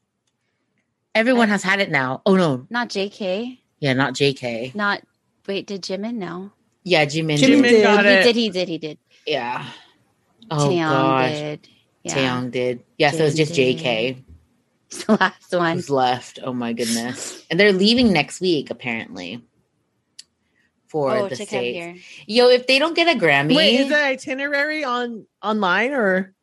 Speaker 1: everyone has had it now. Oh no.
Speaker 2: Not JK.
Speaker 1: Yeah, not JK.
Speaker 2: Not wait. Did Jimin? No.
Speaker 1: Yeah, Jimin.
Speaker 4: Jimin
Speaker 1: did.
Speaker 3: did.
Speaker 4: got
Speaker 2: he
Speaker 4: it.
Speaker 2: did. He did. He did.
Speaker 1: Yeah. Oh
Speaker 2: Taeyong
Speaker 1: gosh.
Speaker 2: did. Yeah.
Speaker 1: Taeyong did. Yeah, so it's
Speaker 2: Jaden
Speaker 1: just
Speaker 2: did.
Speaker 1: JK
Speaker 2: It's the last one.
Speaker 1: who's left. Oh my goodness. And they're leaving next week, apparently. For
Speaker 2: oh,
Speaker 1: the
Speaker 2: to come
Speaker 1: States.
Speaker 2: here.
Speaker 1: Yo, if they don't get a Grammy.
Speaker 4: Wait, is that itinerary on online or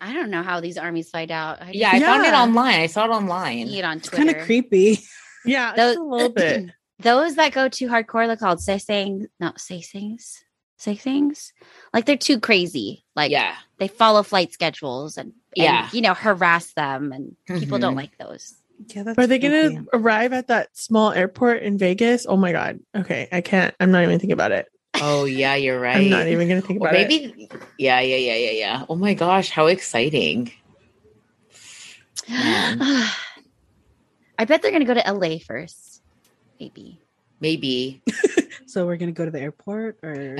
Speaker 2: I don't know how these armies fight out. I
Speaker 1: yeah, I found it
Speaker 4: Yeah.
Speaker 1: online. I saw it
Speaker 2: just
Speaker 1: online.
Speaker 2: see it on Twitter.
Speaker 3: Kind of creepy.
Speaker 4: yeah,
Speaker 2: Those-
Speaker 4: just a little bit.
Speaker 2: Those that go too hardcore, they're called say things. No, say things. Say things. Like they're too crazy. Like
Speaker 1: yeah.
Speaker 2: they follow flight schedules and, and,
Speaker 1: Yeah.
Speaker 2: you know harass them, and people don't
Speaker 1: Mhm.
Speaker 2: like those.
Speaker 3: Yeah, that's
Speaker 4: Are they gonna
Speaker 3: creepy.
Speaker 4: arrive at that small airport in Vegas? Oh my god. Okay, I can't. I'm not even thinking about it.
Speaker 1: Oh yeah, you're right.
Speaker 4: I'm not even gonna think
Speaker 1: Or
Speaker 4: about it.
Speaker 1: maybe yeah, yeah, yeah, yeah, yeah. Oh my gosh, how exciting.
Speaker 3: Mm.
Speaker 2: I bet they're gonna go to LA first. Maybe.
Speaker 1: Maybe.
Speaker 3: So we're gonna go to the airport, or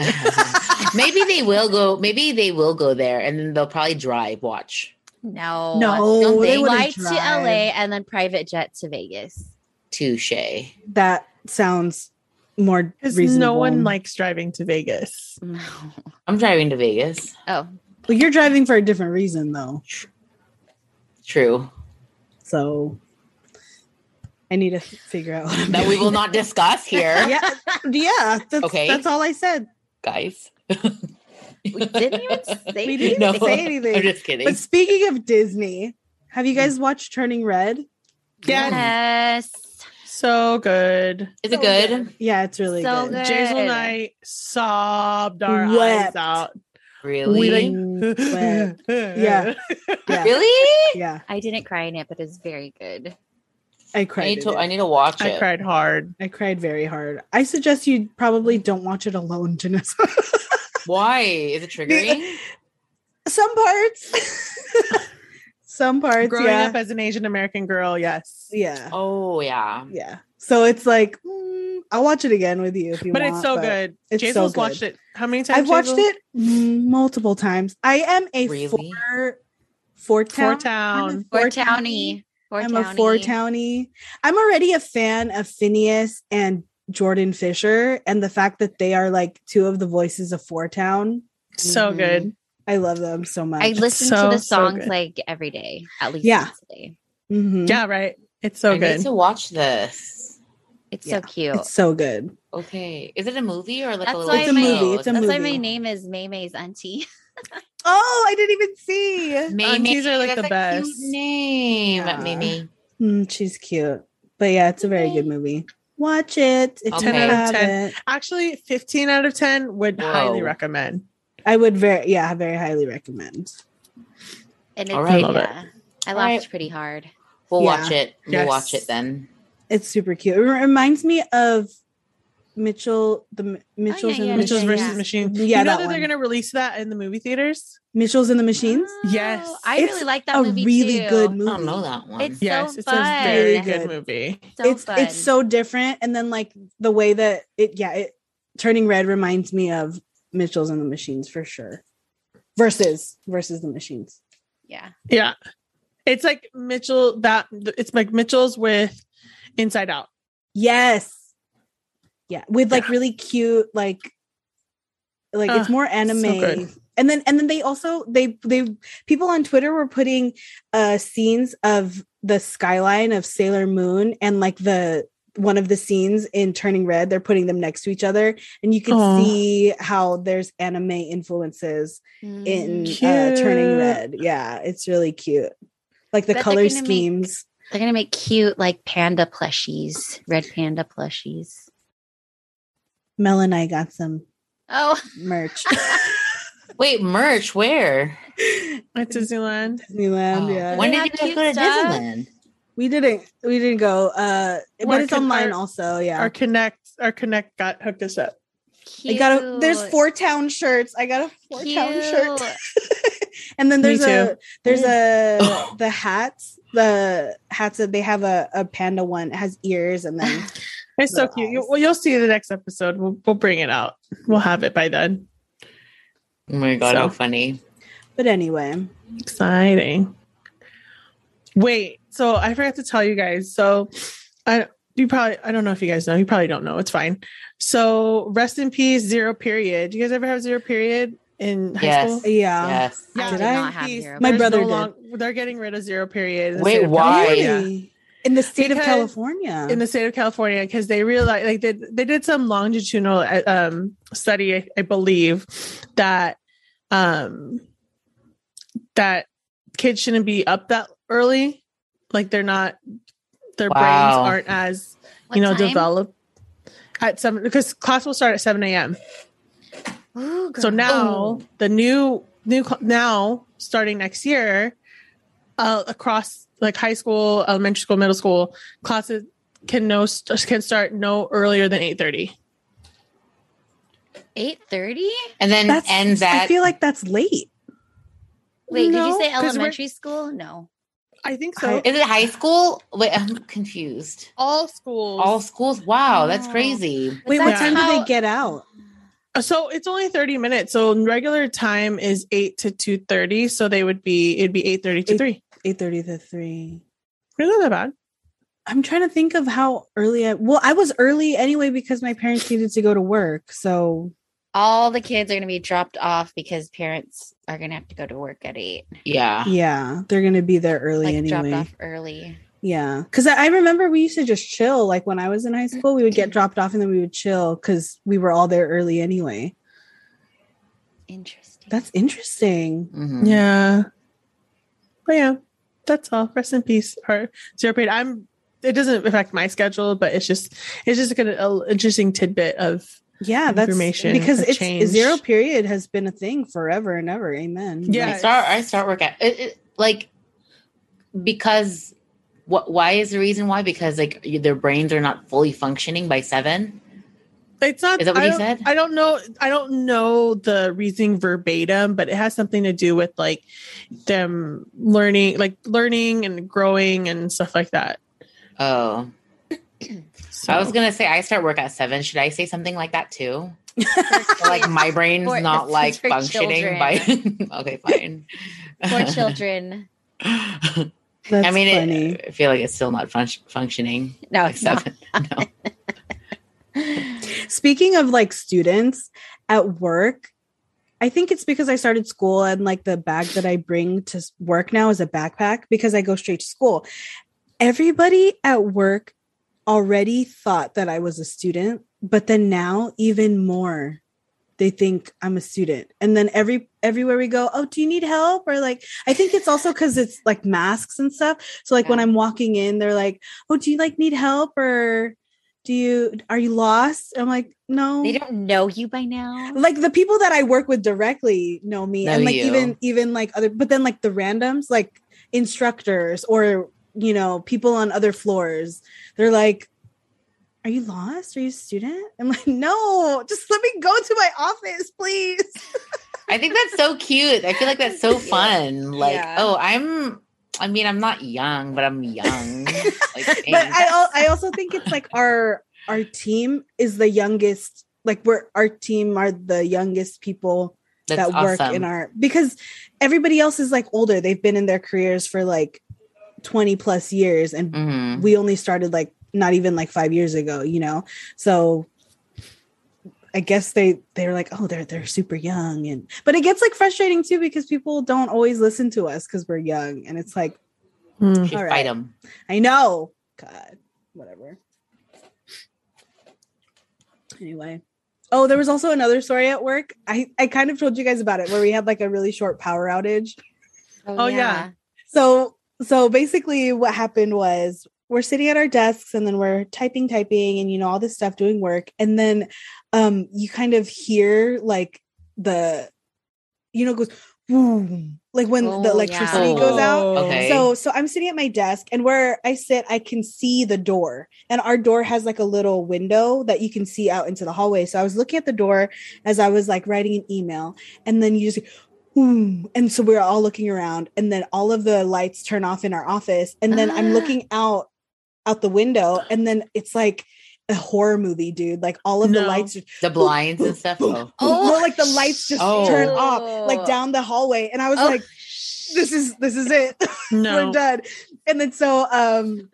Speaker 1: maybe they will go. Maybe they will go there, and then they'll probably drive. Watch
Speaker 2: No.
Speaker 3: no,
Speaker 1: don't
Speaker 3: they
Speaker 1: they
Speaker 3: wouldn't
Speaker 2: Fly to
Speaker 3: drive.
Speaker 2: LA and then private jet to Vegas.
Speaker 1: touche.
Speaker 3: That sounds more
Speaker 4: Because
Speaker 3: reasonable.
Speaker 4: no one likes driving to Vegas.
Speaker 1: I'm driving to Vegas.
Speaker 2: Oh,
Speaker 3: Well, you're driving for a different reason, though.
Speaker 1: True.
Speaker 3: So I need to f- figure out what I'm
Speaker 1: That we will
Speaker 3: doing.
Speaker 1: not discuss here,
Speaker 3: Yeah, yeah. That's,
Speaker 1: Okay.
Speaker 3: That's all I said.
Speaker 1: guys.
Speaker 2: we didn't even say
Speaker 3: We didn't
Speaker 1: No.
Speaker 3: even say
Speaker 1: I'm
Speaker 3: anything.
Speaker 1: just kidding.
Speaker 3: But speaking of Disney, have
Speaker 1: Hmm.
Speaker 3: you guys watched Turning Red?
Speaker 2: Yes.
Speaker 4: So good.
Speaker 1: Is it good?
Speaker 3: Yeah, it's really
Speaker 2: So
Speaker 3: good.
Speaker 2: good.
Speaker 4: Jason and I sobbed our
Speaker 3: Wept.
Speaker 4: eyes out.
Speaker 1: Really?
Speaker 3: like- Wept. Yeah. Yeah,
Speaker 1: Really?
Speaker 3: yeah.
Speaker 2: I didn't cry in it, but it's very good.
Speaker 3: I
Speaker 1: I
Speaker 3: cried.
Speaker 1: need
Speaker 3: in
Speaker 1: to.
Speaker 3: it.
Speaker 1: I need to watch
Speaker 4: I
Speaker 1: it.
Speaker 4: cried hard.
Speaker 3: I cried very hard. I suggest you probably don't watch it alone, Janessa.
Speaker 1: Why is it triggering?
Speaker 3: Some parts. Some parts.
Speaker 4: Growing
Speaker 3: yeah.
Speaker 4: up as an Asian American girl, yes.
Speaker 3: yeah.
Speaker 1: Oh yeah.
Speaker 3: Yeah. So it's like mm, I'll watch it again with you if you
Speaker 4: But
Speaker 3: want.
Speaker 4: it's so good.
Speaker 3: it's so
Speaker 4: Jason's
Speaker 3: good.
Speaker 4: watched it how many times?
Speaker 3: I've watched
Speaker 4: Jason?
Speaker 3: it mm, multiple times. I am a
Speaker 1: Really?
Speaker 3: four four
Speaker 4: Four
Speaker 3: town.
Speaker 4: Town.
Speaker 2: Four
Speaker 3: townie.
Speaker 2: townie. Four
Speaker 3: I'm a four townie. I'm already a fan of Phineas and Jordan Fisher, and the fact that they are like two of the voices of Four Town.
Speaker 4: So
Speaker 1: Mhm.
Speaker 4: good.
Speaker 3: I love them so much.
Speaker 2: I listen
Speaker 4: so,
Speaker 2: to the
Speaker 4: so
Speaker 2: songs
Speaker 4: good.
Speaker 2: like every day, at least
Speaker 3: Yeah.
Speaker 2: once a day.
Speaker 3: Mhm.
Speaker 4: Yeah, right. It's so
Speaker 1: I
Speaker 4: good.
Speaker 1: need to watch this.
Speaker 2: It's
Speaker 3: Yeah.
Speaker 2: so cute.
Speaker 3: It's so good.
Speaker 1: Okay. Is it a movie or like
Speaker 2: That's
Speaker 1: a
Speaker 2: why
Speaker 1: little
Speaker 2: It's a my-
Speaker 3: movie, it's a
Speaker 1: show?
Speaker 2: That's why
Speaker 3: movie.
Speaker 2: my name is May May's auntie.
Speaker 3: Oh, I didn't even see.
Speaker 1: Mimi.
Speaker 4: Aunties are, like, the
Speaker 1: That's a cute
Speaker 4: best.
Speaker 1: name,
Speaker 3: Yeah.
Speaker 1: Mimi.
Speaker 3: Mm, she's cute. But yeah, it's a very good movie. Watch it. If you
Speaker 1: 10 out of
Speaker 3: have
Speaker 4: 10.
Speaker 3: it.
Speaker 4: Actually, 15 out of 10 would
Speaker 1: Whoa.
Speaker 4: highly recommend.
Speaker 3: I would very yeah, very highly recommend.
Speaker 2: And it's,
Speaker 1: All right.
Speaker 4: I love it.
Speaker 2: yeah, I
Speaker 1: All
Speaker 2: laughed
Speaker 1: right.
Speaker 2: pretty hard.
Speaker 1: We'll
Speaker 3: Yeah.
Speaker 1: watch it.
Speaker 4: Yes.
Speaker 1: We'll watch it then.
Speaker 3: It's super cute. It re- reminds me of Mitchell the M- Mitchells
Speaker 2: yeah,
Speaker 3: and the
Speaker 4: Mitchell's
Speaker 2: yeah,
Speaker 4: versus
Speaker 2: yeah.
Speaker 4: Machine.
Speaker 3: Yeah,
Speaker 4: you know
Speaker 3: that
Speaker 4: that, they're
Speaker 3: one.
Speaker 4: going to release that in the movie theaters?
Speaker 3: Mitchells and the Machines.
Speaker 4: Yes.
Speaker 2: Oh, I
Speaker 3: It's
Speaker 2: really like that
Speaker 3: A
Speaker 2: movie.
Speaker 3: really
Speaker 2: too.
Speaker 3: good movie.
Speaker 1: I don't know that one.
Speaker 2: It's-
Speaker 4: yes,
Speaker 2: so
Speaker 4: it's a very good
Speaker 3: fun.
Speaker 4: movie.
Speaker 2: So
Speaker 3: it's
Speaker 2: fun.
Speaker 3: it's so different and then like the way that it yeah, it turning red reminds me of Mitchell's and the Machines for sure. Versus versus the Machines.
Speaker 2: yeah.
Speaker 4: Yeah. It's like Mitchell that it's like Mitchell's with Inside Out.
Speaker 3: Yes. Yeah, with like really cute like like it's
Speaker 4: Ah,
Speaker 3: more anime.
Speaker 4: good.
Speaker 3: and then and then they also they they people on Twitter were putting uh scenes of the skyline of Sailor Moon and like the one of the scenes in Turning Red they're putting them next to each other and you can
Speaker 4: Aw.
Speaker 3: see how there's anime influences in
Speaker 2: Mm.
Speaker 3: uh, Turning
Speaker 4: Cute.
Speaker 3: Red. Yeah, it's really cute. Like the
Speaker 2: Bet they're
Speaker 3: color
Speaker 2: gonna make-
Speaker 3: schemes.
Speaker 2: They're gonna make cute like panda plushies, red panda plushies.
Speaker 3: Mel and I got some
Speaker 2: Oh,
Speaker 3: merch.
Speaker 1: Wait, merch where?
Speaker 4: At Disneyland.
Speaker 3: Disneyland.
Speaker 1: Oh.
Speaker 3: Um, Yeah.
Speaker 1: When did
Speaker 2: They have
Speaker 1: you
Speaker 2: cute
Speaker 1: go to
Speaker 2: stuff.
Speaker 1: Disneyland?
Speaker 3: We didn't we didn't go. Uh but
Speaker 4: Our
Speaker 3: it's
Speaker 4: con-
Speaker 3: online
Speaker 4: our-
Speaker 3: also, yeah.
Speaker 4: Our Connect our Connect got hooked us up.
Speaker 2: cute.
Speaker 3: I got a there's four town shirts. I got a four town shirt.
Speaker 2: Cute.
Speaker 3: and then
Speaker 4: Me
Speaker 3: there's a there's a
Speaker 1: Mm.
Speaker 3: the hats, the hats that they have a, a panda one it has ears and then
Speaker 4: It's so
Speaker 3: Little
Speaker 4: cute. You,
Speaker 3: eyes.
Speaker 4: well, you'll see the next episode. We'll, we'll bring it out. We'll have it by then.
Speaker 1: Oh my god,
Speaker 4: So.
Speaker 1: how funny.
Speaker 3: but anyway.
Speaker 4: Exciting. Wait, so I forgot to tell you guys. So I you probably I don't know if you guys know. You probably don't know. It's fine. So rest in peace, zero period. You guys ever have zero period in high
Speaker 1: Yes.
Speaker 4: school?
Speaker 3: Yeah.
Speaker 1: yes.
Speaker 2: I
Speaker 3: Did
Speaker 2: did
Speaker 3: I?
Speaker 2: not have
Speaker 4: Peace.
Speaker 2: zero.
Speaker 3: My
Speaker 4: There's
Speaker 3: brother
Speaker 4: no
Speaker 3: did.
Speaker 4: they're getting rid of zero period. in the
Speaker 1: Wait,
Speaker 4: state of
Speaker 1: why?
Speaker 4: California.
Speaker 3: Really? In the state of
Speaker 4: Because-
Speaker 3: California.
Speaker 4: in the state of California because they realized like they, they did some longitudinal uh, um, study, I, I believe, that um, that kids shouldn't be up that early, like they're not their
Speaker 1: Wow.
Speaker 4: brains aren't as you know developed at seven because class will start at seven a.m. So
Speaker 2: Oh,
Speaker 4: now the new new cl- now starting next year, uh, across like high school, elementary school, middle school classes can no st- can start no earlier than eight thirty.
Speaker 2: eight thirty.
Speaker 1: And then
Speaker 3: that's
Speaker 1: ends
Speaker 3: I
Speaker 1: at
Speaker 3: feel like that's late.
Speaker 2: Wait, did
Speaker 4: No,
Speaker 2: you say
Speaker 4: 'cause we're-
Speaker 2: elementary school? No.
Speaker 4: I think so.
Speaker 1: Is it high school? Wait, I'm confused.
Speaker 5: all schools.
Speaker 1: All schools? Wow, that's
Speaker 2: Oh.
Speaker 1: crazy.
Speaker 3: Wait, what
Speaker 2: That's
Speaker 3: time do
Speaker 2: how-
Speaker 3: they get out?
Speaker 4: so it's only 30 minutes. So regular time is 8 to 2.30. So they would be, it'd be 8.30 to
Speaker 3: Eight-
Speaker 4: 3.
Speaker 3: Eight thirty to three.
Speaker 4: It's not that bad.
Speaker 3: I'm trying to think of how early I. Well, I was early anyway because my parents needed to go to work. So
Speaker 2: All the kids are going to be dropped off because parents are going to have to go to work at eight.
Speaker 1: Yeah.
Speaker 3: yeah, they're gonna be there early
Speaker 2: Like dropped
Speaker 3: anyway.
Speaker 2: off early.
Speaker 3: Yeah, because I I remember we used to just chill. Like when I was in high school, we would get dropped off and then we would chill because we were all there early anyway.
Speaker 2: Interesting.
Speaker 3: That's interesting.
Speaker 1: Mhm.
Speaker 4: Yeah. But yeah, that's all. Rest in peace. Or zero period. I'm it doesn't affect my schedule, but it's just it's just a good a interesting tidbit of
Speaker 3: Yeah, that's
Speaker 4: Information
Speaker 3: because
Speaker 4: has
Speaker 3: it's
Speaker 4: changed.
Speaker 3: zero period has been a thing forever and ever. Amen.
Speaker 4: Yeah.
Speaker 1: I start. I start work at it, it- like because what? Why is the reason why? Because like y- their brains are not fully functioning by seven.
Speaker 4: it's not
Speaker 1: Is that what
Speaker 4: I
Speaker 1: he
Speaker 4: don't-
Speaker 1: said?
Speaker 4: I don't know I don't know the reasoning verbatim, but it has something to do with like them learning like learning and growing and stuff like that.
Speaker 1: Oh,
Speaker 4: So
Speaker 1: I was gonna say I start work at seven. Should I say something like that too? So, like my brain's
Speaker 2: For-
Speaker 1: not like
Speaker 2: for
Speaker 1: functioning
Speaker 2: children.
Speaker 1: by. okay, fine.
Speaker 2: Poor children.
Speaker 1: I
Speaker 3: That's
Speaker 1: mean, it- uh,
Speaker 3: funny.
Speaker 1: I feel like it's still not fun- functioning.
Speaker 2: No,
Speaker 1: Like
Speaker 2: it's not.
Speaker 1: seven.
Speaker 3: Speaking of like students at work, I think it's because I started school and like the bag that I bring to s- work now is a backpack because I go straight to school. Everybody at work already thought that I was a student, but then now even more they think I'm a student. And then every everywhere we go, oh, do you need help? Or like I think it's also cuz it's like masks and stuff. So like when
Speaker 2: Yeah.
Speaker 3: I'm walking in, they're like, "Oh, do you like need help or do you are you lost?" I'm like, "No."
Speaker 2: They don't know you by now.
Speaker 3: like the people that I work with directly know me,
Speaker 1: Know
Speaker 3: and like
Speaker 1: you.
Speaker 3: even even like other, but then like the randoms, like instructors or you know people on other floors, they're like, "Are you lost? Are you a student?" I'm like, "No, just let me go to my office, please."
Speaker 1: I think that's so cute. I feel like that's so fun. Like,
Speaker 3: Yeah.
Speaker 1: oh, I'm. I mean, I'm not young, but I'm young. Like,
Speaker 3: but
Speaker 1: dang.
Speaker 3: I al- I also think it's like our our team is the youngest. Like we're our team are the youngest people
Speaker 1: that's
Speaker 3: that work
Speaker 1: awesome.
Speaker 3: in our because everybody else is like older. They've been in their careers for like 20 plus years and
Speaker 1: Mhm.
Speaker 3: we only started like not even like 5 years ago, you know. So I guess they they were like, "Oh, they're they're super young." And but it gets like frustrating too because people don't always listen to us cuz we're young and it's like,
Speaker 1: You should
Speaker 4: Hmm.
Speaker 3: Mm-hmm. All
Speaker 1: fight
Speaker 3: right.
Speaker 1: them.
Speaker 3: "I know." God, whatever. Anyway, Oh, there was also another story at work. I, I kind of told you guys about it where we had like a really short power outage.
Speaker 4: Oh, yeah.
Speaker 3: So so basically what happened was we're sitting at our desks and then we're typing, typing, and you know, all this stuff doing work. And then um you kind of hear like the you know it goes boom. Like when the
Speaker 2: Oh,
Speaker 3: electricity
Speaker 1: yeah.
Speaker 3: goes out.
Speaker 1: Okay.
Speaker 3: So so I'm sitting at my desk and where I sit I can see the door and our door has like a little window that you can see out into the hallway. So I was looking at the door as I was like writing an email and then you just Ooh. And so we're all looking around, and then all of the lights turn off in our office. And then
Speaker 1: Ah.
Speaker 3: I'm looking out out the window, and then it's like a horror movie, dude. Like all of the
Speaker 4: No.
Speaker 3: lights, just,
Speaker 1: The blinds and stuff. Oh.
Speaker 2: Oh.
Speaker 3: no, like the lights just
Speaker 1: Oh.
Speaker 3: turn off, like down the hallway. And I was
Speaker 2: Oh.
Speaker 3: like, "This is this is it."
Speaker 4: No.
Speaker 3: we're done. And then so um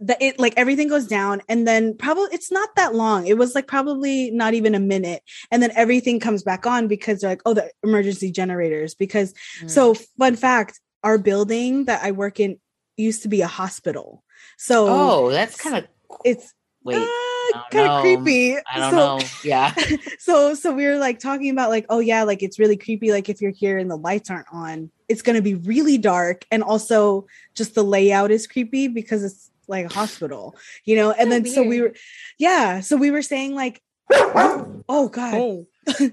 Speaker 3: the it like everything goes down and then probably it's not that long. It was like probably not even a minute. And then everything comes back on because they're like, oh, the emergency generators. Because
Speaker 2: Hmm.
Speaker 1: Mm.
Speaker 3: so fun fact, our building that I work in used to be a hospital. So
Speaker 1: Oh, that's kind of
Speaker 3: it's
Speaker 1: wait. don't
Speaker 3: kind
Speaker 1: know.
Speaker 3: of creepy.
Speaker 1: I don't
Speaker 3: Oh. so
Speaker 1: know. Yeah.
Speaker 3: so so we were like talking about like oh yeah like it's really creepy like if you're here and the lights aren't on it's going to be really dark and also just the layout is creepy because it's like a hospital you know and
Speaker 2: So
Speaker 3: then so we
Speaker 2: weird.
Speaker 3: were yeah so we were saying like oh god
Speaker 4: Oh,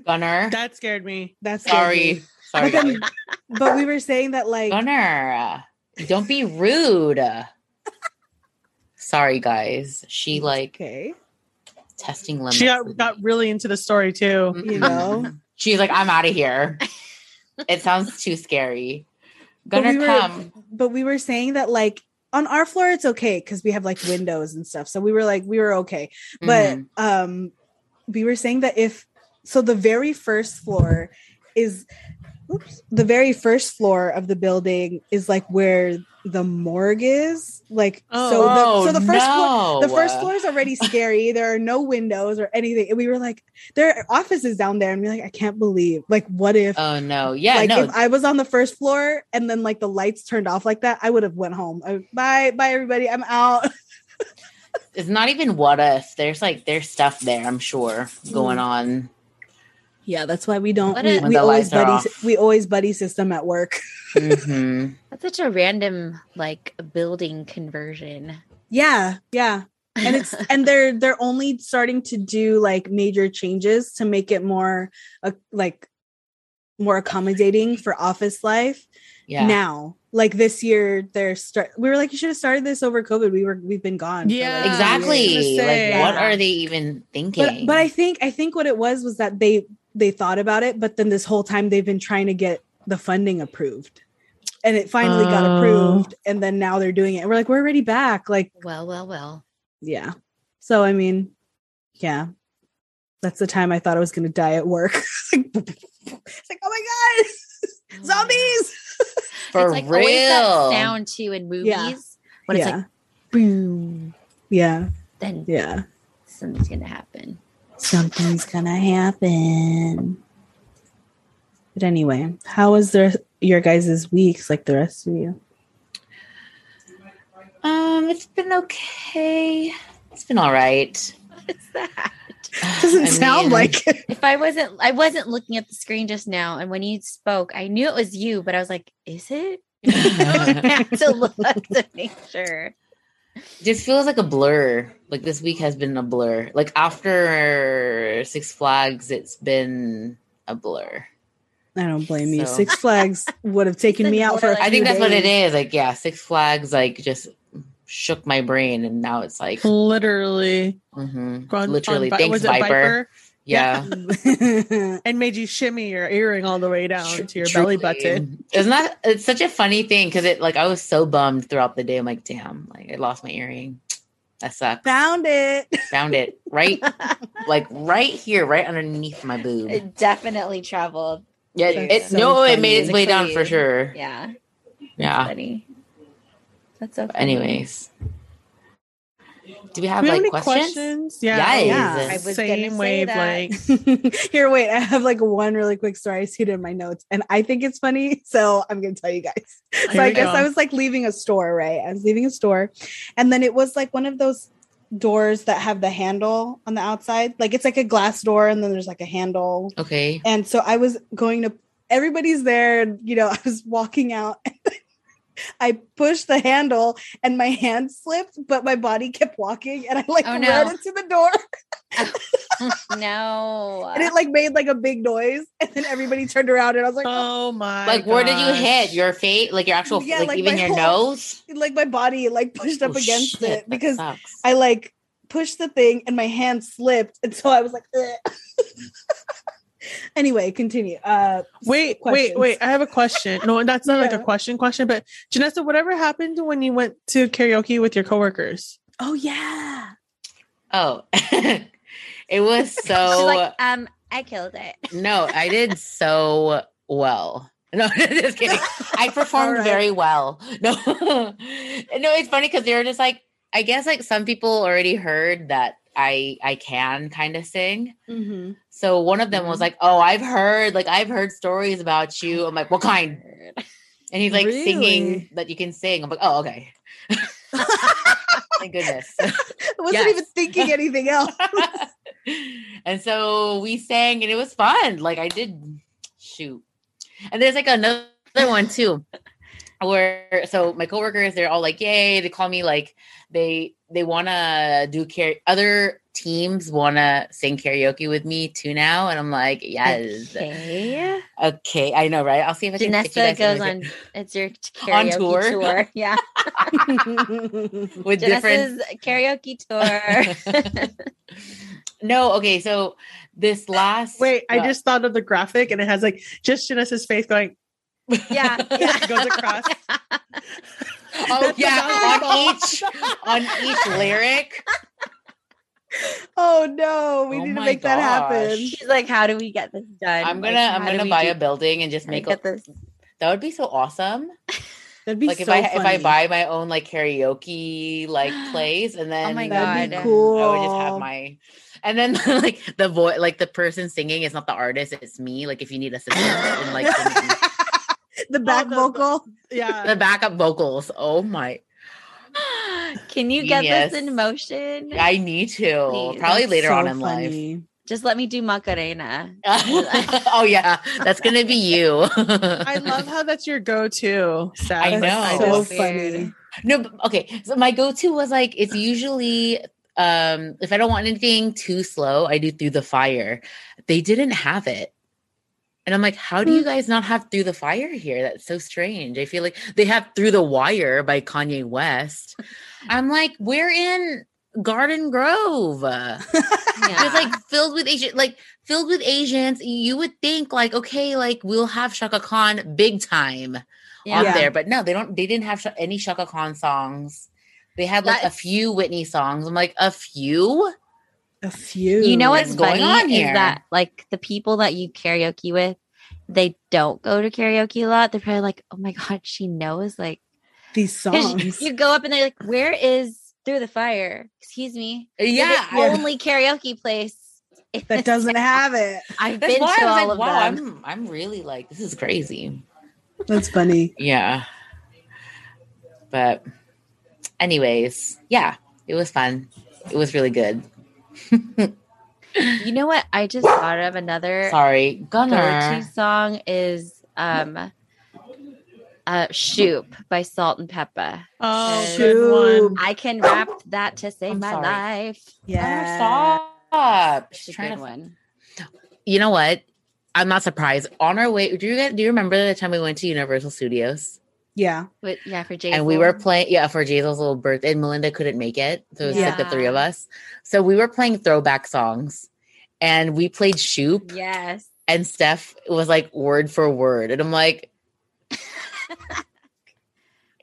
Speaker 1: Gunner.
Speaker 4: that scared me.
Speaker 3: that's
Speaker 1: Sorry. Sorry.
Speaker 3: scary. but then but we were saying that like
Speaker 1: Gunner. Don't be rude. Sorry, guys. She like
Speaker 3: okay
Speaker 1: testing limits.
Speaker 4: She got,
Speaker 1: with
Speaker 4: got
Speaker 1: me.
Speaker 4: really into the story too.
Speaker 1: Mhm.
Speaker 3: you know
Speaker 1: She's like, I'm out of here. It sounds too scary.
Speaker 3: But
Speaker 1: Gunner,
Speaker 3: we were-
Speaker 1: come.
Speaker 3: but we were saying that like on our floor it's okay because we have like windows and stuff. So we were like we were okay, but
Speaker 1: Mhm.
Speaker 3: um, we were saying that if so, the very first floor is oops, the very first floor of the building is like where the morgue is. Like so, the, so the first floor
Speaker 1: Oh, no.
Speaker 3: the first floor is already scary. There are no windows or anything. And we were like, there are offices down there. And we are like, I can't believe. Like, what if
Speaker 1: Oh no! Yeah,
Speaker 3: like
Speaker 1: no.
Speaker 3: if I was on the first floor and then like the lights turned off like that, I would have went home. I, bye, bye everybody. I'm out.
Speaker 1: it's not even what if. There's like there's stuff there. I'm sure
Speaker 3: Mm.
Speaker 1: going on.
Speaker 3: Yeah, that's why we don't
Speaker 2: What
Speaker 3: we,
Speaker 2: if-
Speaker 1: When
Speaker 3: we
Speaker 1: the
Speaker 3: always
Speaker 1: lights are
Speaker 3: buddy
Speaker 1: off.
Speaker 3: we always buddy system at work.
Speaker 1: hmm
Speaker 2: That's such a random like building conversion.
Speaker 3: Yeah, yeah. And it's and they're they're only starting to do like major changes to make it more uh, like more accommodating for office life.
Speaker 1: Yeah.
Speaker 3: now like this year they're start we were like you should have started this over covid we were we've been gone for,
Speaker 4: Yeah.
Speaker 3: like,
Speaker 4: I
Speaker 1: exactly.
Speaker 4: was
Speaker 1: Like,
Speaker 4: gonna say.
Speaker 1: what
Speaker 2: Yeah.
Speaker 1: are they even thinking?
Speaker 3: but but i think i think what it was was that they they thought about it but then this whole time they've been trying to get the funding approved and it finally got
Speaker 4: Oh.
Speaker 3: approved and then now they're doing it and we're like we're already back like
Speaker 2: Well, well, well.
Speaker 3: yeah so i mean yeah that's the time i thought i was going to die at work it's like, it's like oh my god zombies
Speaker 1: for
Speaker 2: it's like
Speaker 1: real.
Speaker 2: always that sound too in movies
Speaker 3: Yeah.
Speaker 2: when
Speaker 3: yeah
Speaker 2: it's like boom,
Speaker 3: yeah
Speaker 2: then
Speaker 3: yeah
Speaker 2: something's gonna happen.
Speaker 3: Something's gonna happen. But anyway, how was the your guys' weeks like the rest of you?
Speaker 1: Um, it's been okay. It's been all right.
Speaker 2: What's that?
Speaker 1: I mean,
Speaker 3: it.
Speaker 2: If I wasn't, I wasn't looking at the screen just now, and when you spoke, I knew it was you, but I was like, "Is it?" I had to look to make sure.
Speaker 1: just feels like a blur. Like this week has been a blur. Like after Six Flags, it's been a blur.
Speaker 3: I don't blame you.
Speaker 1: So-
Speaker 3: Six Flags would have taken me out for. a
Speaker 2: I
Speaker 1: I think
Speaker 3: few
Speaker 1: that's what it
Speaker 3: days.
Speaker 1: is. Like, yeah, Six Flags like just shook my brain and now it's like
Speaker 4: Hmm. Literally
Speaker 1: mhm.
Speaker 4: gone
Speaker 1: literally
Speaker 4: Vi-
Speaker 1: thanks
Speaker 4: was it
Speaker 1: Viper. Yeah.
Speaker 4: and made you shimmy your earring all the way down
Speaker 1: Tru-
Speaker 4: to your
Speaker 1: truly.
Speaker 4: belly button.
Speaker 1: It's not it's such a funny thing because it like I was so bummed throughout the day. I'm like, damn, like I lost my earring. That sucks.
Speaker 3: Found it.
Speaker 1: Found it right like right here, right underneath my boob.
Speaker 2: It definitely traveled.
Speaker 1: yeah,
Speaker 3: That's
Speaker 1: it,
Speaker 3: so
Speaker 1: no, it
Speaker 3: funny.
Speaker 1: made its way down for
Speaker 2: Exactly.
Speaker 1: sure.
Speaker 2: Yeah, it's
Speaker 1: yeah.
Speaker 2: funny. That's so.
Speaker 1: But
Speaker 2: Funny.
Speaker 1: anyways do we have
Speaker 4: Do we
Speaker 1: like
Speaker 4: have any
Speaker 1: questions,
Speaker 4: Yeah.
Speaker 1: Yes.
Speaker 3: Yeah.
Speaker 2: I was gonna
Speaker 4: Same
Speaker 2: say
Speaker 4: wavelength.
Speaker 3: Here, wait. I have like one really quick story. I see it in my notes, and I think it's funny, so I'm gonna tell you guys. so
Speaker 4: Here
Speaker 3: I
Speaker 4: we
Speaker 3: guess
Speaker 4: go.
Speaker 3: I was like leaving a store, right? I was leaving a store, and then it was like one of those doors that have the handle on the outside. Like it's like a glass door, and then there's like a handle.
Speaker 1: okay
Speaker 3: And so I was going to. Everybody's there, and you know, I was walking out. I pushed the handle, and my hand slipped, but my body kept walking, and I like
Speaker 2: Oh, no.
Speaker 3: ran into the door,
Speaker 2: no.
Speaker 3: and it like made like a big noise, and then everybody turned around, and I was like, oh.
Speaker 4: Oh my
Speaker 1: like where did you
Speaker 4: gosh.
Speaker 1: hit your fate like your actual
Speaker 3: Yeah,
Speaker 1: like,
Speaker 3: like,
Speaker 1: even
Speaker 3: my
Speaker 1: your
Speaker 3: whole-
Speaker 1: nose
Speaker 3: like my body like pushed up
Speaker 1: Oh,
Speaker 3: against
Speaker 1: shit,
Speaker 3: it
Speaker 1: that
Speaker 3: because
Speaker 1: sucks.
Speaker 3: I like pushed the thing and my hand slipped, and so I was like, "Ugh." anyway, continue. Uh,
Speaker 4: Wait,
Speaker 3: questions.
Speaker 4: wait, wait. I have a question. No, that's not like
Speaker 3: Yeah.
Speaker 4: a question question, but Janessa, whatever happened when you went to karaoke with your coworkers?
Speaker 3: oh yeah,
Speaker 1: oh it was so
Speaker 2: She's like, um, I killed it.
Speaker 1: no i did so well no just kidding i performed
Speaker 3: Alright.
Speaker 1: very well no no it's funny because they were just like i guess like some people already heard that i i can kind of sing
Speaker 3: mm-hmm.
Speaker 1: So one of them was like, "Oh, I've heard like I've heard stories about you." I'm like, "What kind?" And he's like
Speaker 3: Really?
Speaker 1: singing that you can sing. I'm like, "Oh, okay." Thank goodness.
Speaker 3: I wasn't
Speaker 1: Yes.
Speaker 3: even thinking anything else.
Speaker 1: and so we sang, and it was fun. Like I did shoot, and there's like another one too, where so my coworkers they're all like, "Yay!" They call me like they they want to do care. Other teams want to sing karaoke with me too now, and I'm like, "Yes."
Speaker 2: Okay.
Speaker 1: Okay, I know, right? I'll see if I can get you
Speaker 2: Janessa
Speaker 1: guys in
Speaker 2: goes
Speaker 1: with-
Speaker 2: on. It's your
Speaker 1: On
Speaker 2: karaoke
Speaker 1: tour.
Speaker 2: tour. Yeah.
Speaker 3: Oh
Speaker 1: with different.
Speaker 2: Janessa's karaoke tour.
Speaker 1: No, okay, so this last
Speaker 4: Wait, I
Speaker 1: uh,
Speaker 4: just thought of the graphic and it has like just Janessa's face going,
Speaker 2: Yeah. yeah.
Speaker 4: Goes across.
Speaker 1: Oh
Speaker 4: That's
Speaker 1: yeah,
Speaker 4: the
Speaker 1: on each on each lyric.
Speaker 3: Oh no, we
Speaker 1: Oh
Speaker 3: need to
Speaker 1: my
Speaker 3: make that happen.
Speaker 1: gosh.
Speaker 2: She's like, how do we get this done?
Speaker 1: I'm
Speaker 2: Like,
Speaker 1: gonna I'm
Speaker 2: how do
Speaker 1: gonna
Speaker 2: we
Speaker 1: buy
Speaker 2: do-
Speaker 1: a building and just
Speaker 2: how do we
Speaker 1: make a,
Speaker 2: get this.
Speaker 1: that would be so awesome.
Speaker 3: That'd be
Speaker 1: like
Speaker 3: so
Speaker 1: if I if I
Speaker 3: funny.
Speaker 1: buy my own like karaoke like place and then
Speaker 2: Oh
Speaker 1: um,
Speaker 2: my
Speaker 3: That'd be
Speaker 2: God.
Speaker 3: cool.
Speaker 1: I would just have my and then like the voice like the person singing is not the artist, it's me. Like if you need assistance and like the,
Speaker 3: the back
Speaker 4: the-
Speaker 3: vocal.
Speaker 4: Yeah.
Speaker 1: the backup vocals. Oh my
Speaker 2: Can you get this
Speaker 1: Genius.
Speaker 2: in motion?
Speaker 1: I need to.
Speaker 2: Please.
Speaker 1: Probably
Speaker 3: That's
Speaker 1: later on
Speaker 3: so
Speaker 1: in life.
Speaker 3: funny.
Speaker 2: Just let me do Macarena.
Speaker 1: oh yeah. That's gonna be you.
Speaker 4: I love how that's your go-to. Seth.
Speaker 1: I
Speaker 4: Like,
Speaker 1: know.
Speaker 3: so
Speaker 4: just-
Speaker 2: Weird.
Speaker 3: funny.
Speaker 1: No, but- okay. So my go-to was like it's usually um if I don't want anything too slow, I do through the fire. They didn't have it. And I'm like, how do
Speaker 3: Hmm.
Speaker 1: you guys not have through the fire here? That's so strange. I feel like they have Through the Wire by Kanye West. I'm like, we're in Garden Grove. Uh,
Speaker 2: Yeah.
Speaker 1: It's like filled with Asian, like filled with Asians. You would think like, okay, like we'll have Shaka Khan big time on
Speaker 3: Yeah.
Speaker 1: there. But no, they don't. They didn't have sh- any Shaka Khan songs. They had like
Speaker 2: That's-
Speaker 1: a few Whitney songs. I'm like a few.
Speaker 3: A few.
Speaker 2: You know
Speaker 1: what's
Speaker 2: what's
Speaker 1: going
Speaker 2: funny
Speaker 1: on here?
Speaker 2: is that like the people that you karaoke with, they don't go to karaoke a lot. They're probably like, oh my god, she knows like
Speaker 3: These
Speaker 2: 'cause
Speaker 3: songs.
Speaker 2: You go up and they're like, where is Through the Fire? Excuse me. You're
Speaker 1: Yeah,
Speaker 2: the only karaoke place. in
Speaker 3: that
Speaker 2: this
Speaker 3: doesn't have it.
Speaker 2: I've
Speaker 1: that's
Speaker 2: been
Speaker 1: why
Speaker 2: to
Speaker 1: I
Speaker 2: all
Speaker 1: was like,
Speaker 2: of
Speaker 1: wow,
Speaker 2: them.
Speaker 1: I'm I'm really like this is crazy.
Speaker 3: That's funny.
Speaker 1: Yeah, but anyways, yeah, it was fun. It was really good.
Speaker 2: You know what? I just thought of another
Speaker 1: Sorry,
Speaker 2: go-to
Speaker 1: Gunnar.
Speaker 2: song is um uh Shoop by Salt and Peppa.
Speaker 4: Oh,
Speaker 2: Shoot.
Speaker 4: good one.
Speaker 2: I can rap that to save
Speaker 1: Oh. I'm
Speaker 2: my
Speaker 1: sorry.
Speaker 2: life.
Speaker 1: Gunnar,
Speaker 3: Yeah.
Speaker 1: stop.
Speaker 2: It's
Speaker 1: She's
Speaker 2: a
Speaker 1: trying
Speaker 2: good
Speaker 1: to
Speaker 2: one.
Speaker 1: you know what? I'm not surprised. On our way, do you guys, do you remember the time we went to Universal Studios
Speaker 3: Yeah.
Speaker 2: But yeah, for Jason.
Speaker 1: and we were playing? Yeah, for Jazel's little birthday, and Melinda couldn't make it, so it was like the
Speaker 2: Yeah.
Speaker 1: three of us. So we were playing throwback songs, and we played "Shoop,"
Speaker 2: Yes.
Speaker 1: and Steph was like word for word, and I'm like,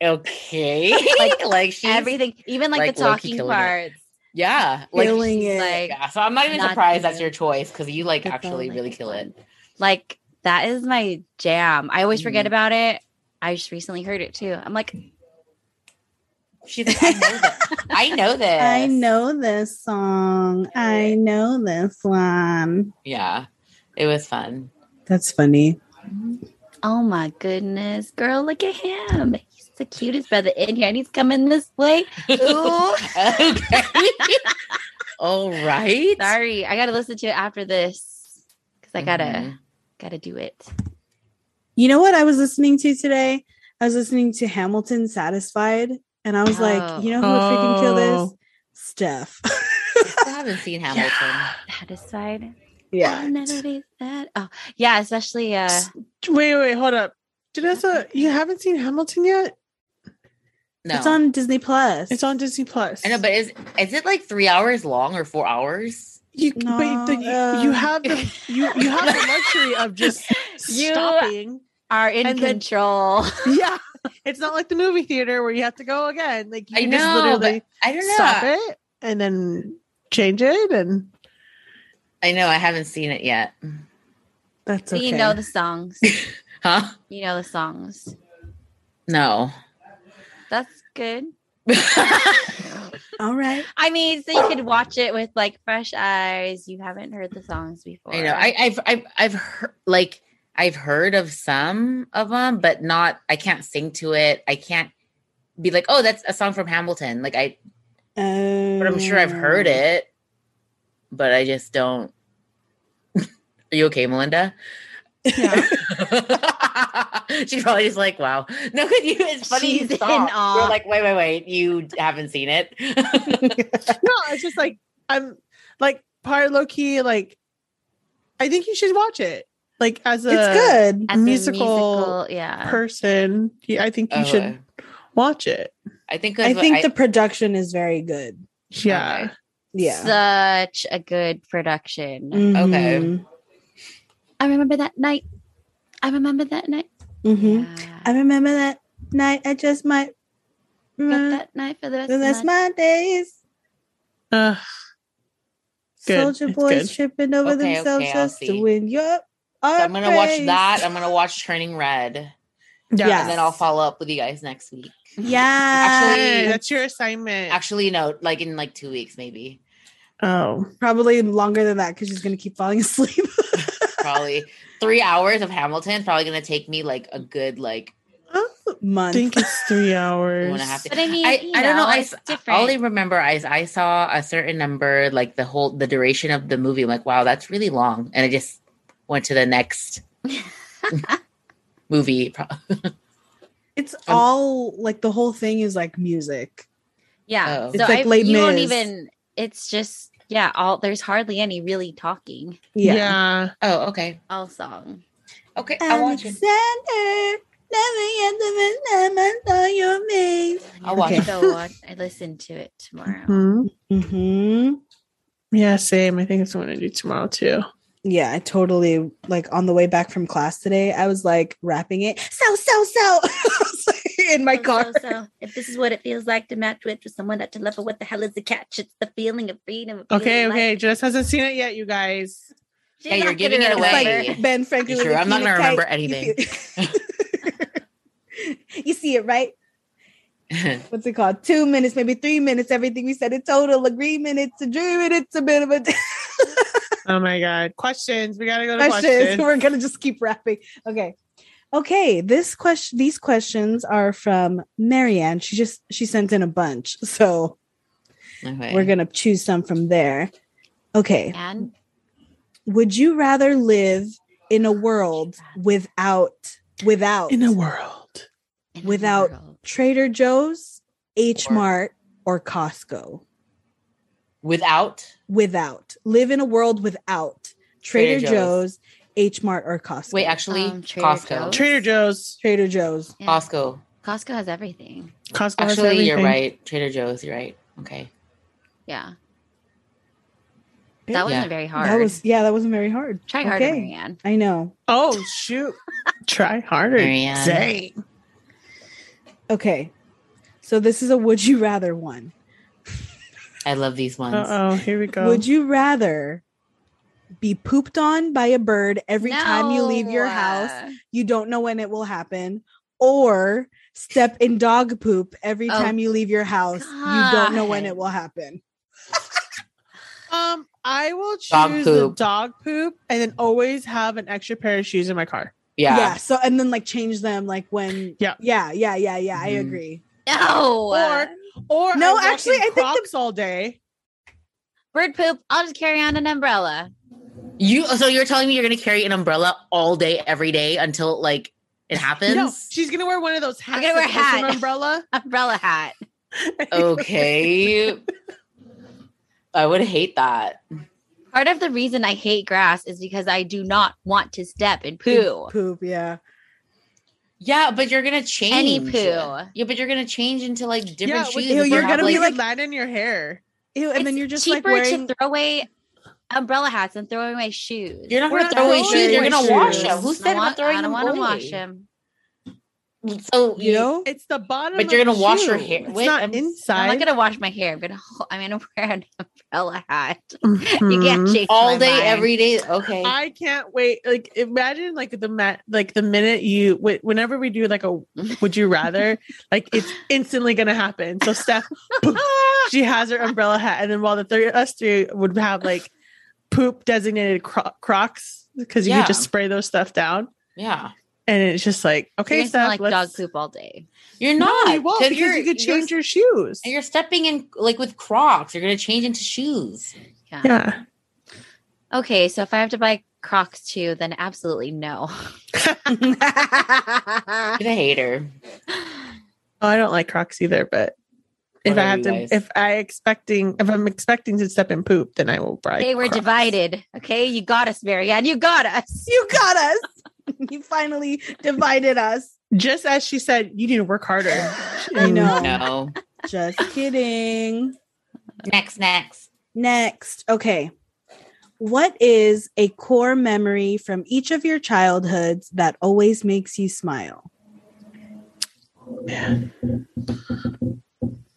Speaker 1: okay, like like she's
Speaker 2: Everything, even like,
Speaker 1: like,
Speaker 2: the
Speaker 1: low-key
Speaker 2: talking
Speaker 1: killing it.
Speaker 2: parts.
Speaker 1: yeah, like.
Speaker 3: Killing
Speaker 2: she's
Speaker 3: it.
Speaker 2: Like,
Speaker 1: yeah, so I'm not even
Speaker 2: not
Speaker 1: surprised
Speaker 2: doing
Speaker 1: that's
Speaker 2: it.
Speaker 1: your choice because you like
Speaker 3: It's
Speaker 1: actually
Speaker 3: all,
Speaker 2: like,
Speaker 1: really kill it.
Speaker 2: like that is my jam. I always forget
Speaker 1: Mhm.
Speaker 3: Mm-hmm.
Speaker 2: about it. I just recently heard it too. I'm like,
Speaker 1: She's like, I know that. I know this.
Speaker 3: I know this song. I know this one.
Speaker 1: Yeah, it was fun.
Speaker 3: That's funny.
Speaker 2: oh my goodness, girl, look at him. He's the cutest brother in here, and he's coming this way. Ooh.
Speaker 1: okay. All right.
Speaker 2: Sorry, I gotta listen to it after this because I gotta
Speaker 1: Mm-hmm.
Speaker 2: gotta do it.
Speaker 3: You know what I was listening to today? I was listening to Hamilton Satisfied, and I was like, you know who would freaking kill this?
Speaker 4: Oh.
Speaker 3: Steph.
Speaker 1: I still haven't seen Hamilton.
Speaker 2: Satisfied. I'll
Speaker 3: yeah.
Speaker 2: never be that. Oh, yeah, especially uh
Speaker 4: Wait, wait, hold up. Janessa, you haven't seen Hamilton yet?
Speaker 1: No.
Speaker 3: It's on Disney Plus.
Speaker 4: It's on Disney Plus.
Speaker 1: I know, but is is it like three hours long or four hours?
Speaker 4: you, but the,
Speaker 3: No,
Speaker 4: you, you
Speaker 3: uh,
Speaker 4: have the you, you have the luxury of just
Speaker 2: You-
Speaker 4: stopping.
Speaker 2: are in
Speaker 4: And then-
Speaker 2: control.
Speaker 4: Yeah, it's not like the movie theater where you have to go again. Like you
Speaker 1: I
Speaker 4: can
Speaker 1: know,
Speaker 4: just literally
Speaker 1: I don't know.
Speaker 4: stop it and then change it, and
Speaker 1: I know I haven't seen it yet.
Speaker 4: that's
Speaker 2: So
Speaker 4: okay.
Speaker 2: you know the songs.
Speaker 1: Huh?
Speaker 2: You know the songs.
Speaker 1: No.
Speaker 2: That's good.
Speaker 3: All right.
Speaker 2: I mean, so you could watch it with like fresh eyes. You haven't heard the songs before.
Speaker 1: I know. I, I've I've I've heard, like I've heard of some of them, but not. I can't sing to it. I can't be like, oh, that's a song from Hamilton. Like I, but I'm sure I've heard
Speaker 3: Um,
Speaker 1: it, but I just don't. Are you okay, Melinda?
Speaker 3: Um,
Speaker 4: Yeah.
Speaker 1: She's probably just like, wow. No, 'cause you, it's funny.
Speaker 2: She's
Speaker 1: you
Speaker 2: in
Speaker 1: stopped.
Speaker 2: awe.
Speaker 1: We're like, wait, wait, wait. You haven't seen it.
Speaker 4: no, it's just like I'm like part low key. Like I think you should watch it. Like as a
Speaker 3: It's good.
Speaker 2: As a
Speaker 4: musical
Speaker 2: yeah.
Speaker 4: person, yeah, I think you
Speaker 1: Uh, Okay.
Speaker 4: should watch it.
Speaker 1: Oh, uh, I think.
Speaker 3: I think
Speaker 1: I,
Speaker 3: the production is very good.
Speaker 4: Yeah.
Speaker 1: Okay.
Speaker 3: Yeah.
Speaker 2: Such a good production.
Speaker 1: okay.
Speaker 3: Mhm.
Speaker 2: I remember that night. I remember that night.
Speaker 3: hmm
Speaker 2: Yeah.
Speaker 3: I remember that night. I just might
Speaker 2: Got
Speaker 3: remember
Speaker 2: that night for the rest
Speaker 3: the
Speaker 2: of
Speaker 3: last
Speaker 2: my-
Speaker 3: my days.
Speaker 4: Ugh. Good.
Speaker 3: Soldier
Speaker 4: It's
Speaker 3: boys
Speaker 4: good.
Speaker 3: tripping over
Speaker 1: Okay,
Speaker 3: themselves
Speaker 1: okay, I'll
Speaker 3: just to
Speaker 1: see.
Speaker 3: win your.
Speaker 1: So I'm gonna watch that. I'm gonna watch Turning Red,
Speaker 3: Yeah.
Speaker 1: and then I'll follow up with you guys next week.
Speaker 3: Yeah,
Speaker 4: Hey,
Speaker 1: Actually-
Speaker 4: that's your assignment.
Speaker 1: Actually, no, like in like two weeks, maybe,
Speaker 4: oh,
Speaker 3: probably longer than that because she's gonna keep falling asleep.
Speaker 1: probably three hours of Hamilton. Probably gonna take me like a good like.
Speaker 4: I
Speaker 3: Month.
Speaker 4: think it's three hours.
Speaker 1: One and a half
Speaker 2: But I mean,
Speaker 1: I,
Speaker 2: you
Speaker 1: I don't know. I
Speaker 2: it's
Speaker 1: s-
Speaker 2: different.
Speaker 1: all I remember is I saw a certain number, like the whole the duration of the movie. I'm like, wow, that's really long, and I just went to the next movie. Pro-
Speaker 3: It's all like the whole thing is like music.
Speaker 2: yeah.
Speaker 1: Oh.
Speaker 2: So
Speaker 1: It's
Speaker 3: like
Speaker 2: I,
Speaker 3: Les
Speaker 2: you won't
Speaker 3: Mis.
Speaker 2: even. It's just yeah. All there's hardly any really talking.
Speaker 3: Yeah.
Speaker 1: Oh, okay,
Speaker 2: All song.
Speaker 1: okay. I'll watch it.
Speaker 3: Alexander, never yet the time I saw your face.
Speaker 1: I'll watch
Speaker 2: I
Speaker 3: Okay.
Speaker 1: it.
Speaker 2: go watch. I listen to it tomorrow.
Speaker 4: Hmm.
Speaker 3: Mm-hmm.
Speaker 4: Yeah, same. I think it's what I do tomorrow too.
Speaker 3: Yeah, I totally like on the way back from class today, I was like rapping it so so so in my
Speaker 2: So,
Speaker 3: car.
Speaker 2: So, so, if this is what it feels like to match with with someone that you love, what the hell is the catch? It's the feeling of freedom. a
Speaker 4: Okay,
Speaker 2: feeling
Speaker 4: okay.
Speaker 2: like-
Speaker 4: Jess hasn't seen it yet, you guys.
Speaker 2: She's
Speaker 1: Yeah, you're
Speaker 2: not
Speaker 1: giving
Speaker 2: gonna
Speaker 1: it
Speaker 3: It's
Speaker 1: away.
Speaker 2: remember.
Speaker 3: like Ben Franklin.
Speaker 1: You
Speaker 3: with
Speaker 1: sure?
Speaker 3: a
Speaker 1: I'm not
Speaker 3: peanut
Speaker 1: gonna remember
Speaker 3: kite.
Speaker 1: anything.
Speaker 3: You feel- you see it, right? What's it called? Two minutes, maybe three minutes. Everything we said, a total agreement. It's a dream, and it's a bit of a
Speaker 4: Oh my god. Questions. We gotta go to
Speaker 3: questions.
Speaker 4: questions.
Speaker 3: We're gonna just keep rapping. Okay. Okay. This question these questions are from Marianne. She just she sent in a bunch. So
Speaker 1: Okay.
Speaker 3: we're gonna choose some from there. Okay.
Speaker 2: And
Speaker 3: Would you rather live in a world without without
Speaker 4: In a world.
Speaker 2: in the
Speaker 3: Without-
Speaker 2: world.
Speaker 3: Trader Joe's, H
Speaker 1: Or-
Speaker 3: Mart, or Costco?
Speaker 1: Without
Speaker 3: Without. Live in a world without Trader,
Speaker 1: Trader
Speaker 3: Joe's, H Mart, or Costco.
Speaker 1: wait, actually,
Speaker 2: Um, Trader
Speaker 1: Costco.
Speaker 2: Joe's.
Speaker 4: Trader Joe's.
Speaker 3: Trader Joe's.
Speaker 2: Yeah.
Speaker 1: Costco.
Speaker 2: Costco has everything.
Speaker 4: Costco. has
Speaker 1: Actually, you're
Speaker 4: everything.
Speaker 1: right. Trader Joe's. You're right. Okay.
Speaker 2: Yeah.
Speaker 4: Yeah.
Speaker 2: That wasn't very hard.
Speaker 3: That was yeah, that wasn't very hard.
Speaker 2: Try harder, Marianne.
Speaker 3: I know.
Speaker 4: Oh shoot. Try harder.
Speaker 1: Marianne.
Speaker 4: Dang.
Speaker 3: Okay. So this is a would you rather one.
Speaker 1: I love these ones.
Speaker 4: Uh oh, here we go.
Speaker 3: Would you rather be pooped on by a bird every time you leave your
Speaker 2: No.
Speaker 3: house? You don't know when it will happen. Or step in dog poop every
Speaker 2: Oh,
Speaker 3: time you leave your house. You don't know when
Speaker 2: God.
Speaker 3: it will happen.
Speaker 4: um I will choose
Speaker 1: Dog
Speaker 4: the
Speaker 1: poop.
Speaker 4: dog poop and then always have an extra pair of shoes in my car.
Speaker 1: yeah.
Speaker 3: Yeah. So and then like change them like when
Speaker 4: Yeah.
Speaker 3: Yeah, yeah, yeah, yeah. I
Speaker 1: Mhm.
Speaker 3: agree.
Speaker 2: No.
Speaker 4: Or or
Speaker 3: No,
Speaker 4: I walk in
Speaker 3: actually, I think the-
Speaker 4: Crocs all day.
Speaker 2: bird poop. I'll just carry on an umbrella.
Speaker 1: You so you're telling me you're gonna carry an umbrella all day, every day until like it happens?
Speaker 4: No, she's gonna wear one of those hats.
Speaker 2: gonna wear a
Speaker 4: that goes with
Speaker 2: hat.
Speaker 4: An umbrella.
Speaker 2: Umbrella hat.
Speaker 1: Okay. I would hate that.
Speaker 2: Part of the reason I hate grass is because I do not want to step in poo.
Speaker 3: Poop, yeah.
Speaker 1: Yeah, but you're gonna change
Speaker 2: Any poo.
Speaker 1: Yeah, but you're gonna change into like different
Speaker 4: yeah,
Speaker 1: shoes.
Speaker 4: With,
Speaker 3: Ew,
Speaker 1: if
Speaker 4: you're
Speaker 1: you
Speaker 4: gonna
Speaker 1: have,
Speaker 4: be like land in your hair.
Speaker 3: Ew, and then
Speaker 2: It's
Speaker 3: you're just like
Speaker 2: cheaper
Speaker 3: wearing
Speaker 2: to throw away umbrella hats and throw away shoes.
Speaker 1: you're not
Speaker 4: We're
Speaker 1: gonna
Speaker 4: not
Speaker 1: throw away
Speaker 4: throwing
Speaker 1: shoes. You're
Speaker 4: away
Speaker 1: gonna
Speaker 4: shoes.
Speaker 1: wash them. Who
Speaker 2: I
Speaker 1: said
Speaker 2: want-
Speaker 1: about throwing
Speaker 2: I don't
Speaker 1: them
Speaker 2: want to wash
Speaker 1: away?
Speaker 2: them.
Speaker 1: So you
Speaker 3: you know?
Speaker 4: It's the bottom.
Speaker 1: But you're
Speaker 4: of
Speaker 1: gonna
Speaker 4: the
Speaker 1: wash your
Speaker 4: shoe.
Speaker 1: hair-
Speaker 4: It's
Speaker 1: wait,
Speaker 4: not
Speaker 1: I'm- I'm not
Speaker 4: inside.
Speaker 2: I'm not gonna wash my hair. I'm gonna. ho- I'm gonna wear an umbrella hat. You can't
Speaker 4: Mhm.
Speaker 1: Mm-hmm.
Speaker 2: change
Speaker 1: all
Speaker 2: my
Speaker 1: day,
Speaker 2: mind.
Speaker 1: every day. Okay.
Speaker 4: I can't wait. Like imagine like the mat like the minute you w- whenever we do like a would you rather like it's instantly gonna happen. So Steph, boop, she has her umbrella hat, and then while the three us three would have like poop designated cro- Crocs because you
Speaker 1: Yeah.
Speaker 4: could just spray those stuff down,
Speaker 1: yeah.
Speaker 4: and it's just like
Speaker 2: You're
Speaker 4: okay,
Speaker 2: gonna smell
Speaker 4: Steph,
Speaker 2: like dog
Speaker 4: let's-
Speaker 2: poop all day.
Speaker 1: You're
Speaker 4: No,
Speaker 1: not
Speaker 4: you won't because you could
Speaker 1: you're-
Speaker 4: change your shoes.
Speaker 1: and you're stepping in like with Crocs. You're gonna change into shoes.
Speaker 2: Yeah.
Speaker 4: Yeah.
Speaker 2: Okay, so if I have to buy Crocs too, then absolutely no. Ah.
Speaker 1: You're the hater.
Speaker 4: Oh, I don't like Crocs either, but if
Speaker 1: Whatever
Speaker 4: I have
Speaker 1: you
Speaker 4: to,
Speaker 1: guys.
Speaker 4: if I expecting, if I'm expecting to step in poop, then I will bribe.
Speaker 2: they were
Speaker 4: Crocs.
Speaker 2: divided. Okay, you got us, Marianne. You got us.
Speaker 3: You got us. you finally divided us.
Speaker 4: Just as she said, you need to work harder.
Speaker 3: I know.
Speaker 1: No.
Speaker 3: Just kidding.
Speaker 1: next, next.
Speaker 3: Next. Okay. What is a core memory from each of your childhoods that always makes you smile?
Speaker 4: Man.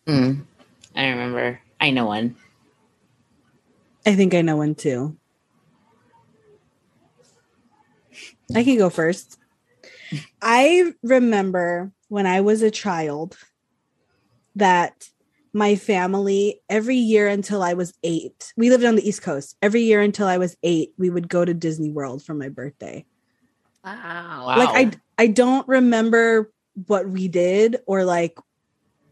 Speaker 1: Mm, I remember. I know one.
Speaker 3: I think I know one too. I can go first. I remember when I was a child that my family, every year until I was eight, we lived on the East Coast. Every year until I was eight, we would go to Disney World for my birthday.
Speaker 2: Wow.
Speaker 1: Wow.
Speaker 3: Like I I don't remember what we did or like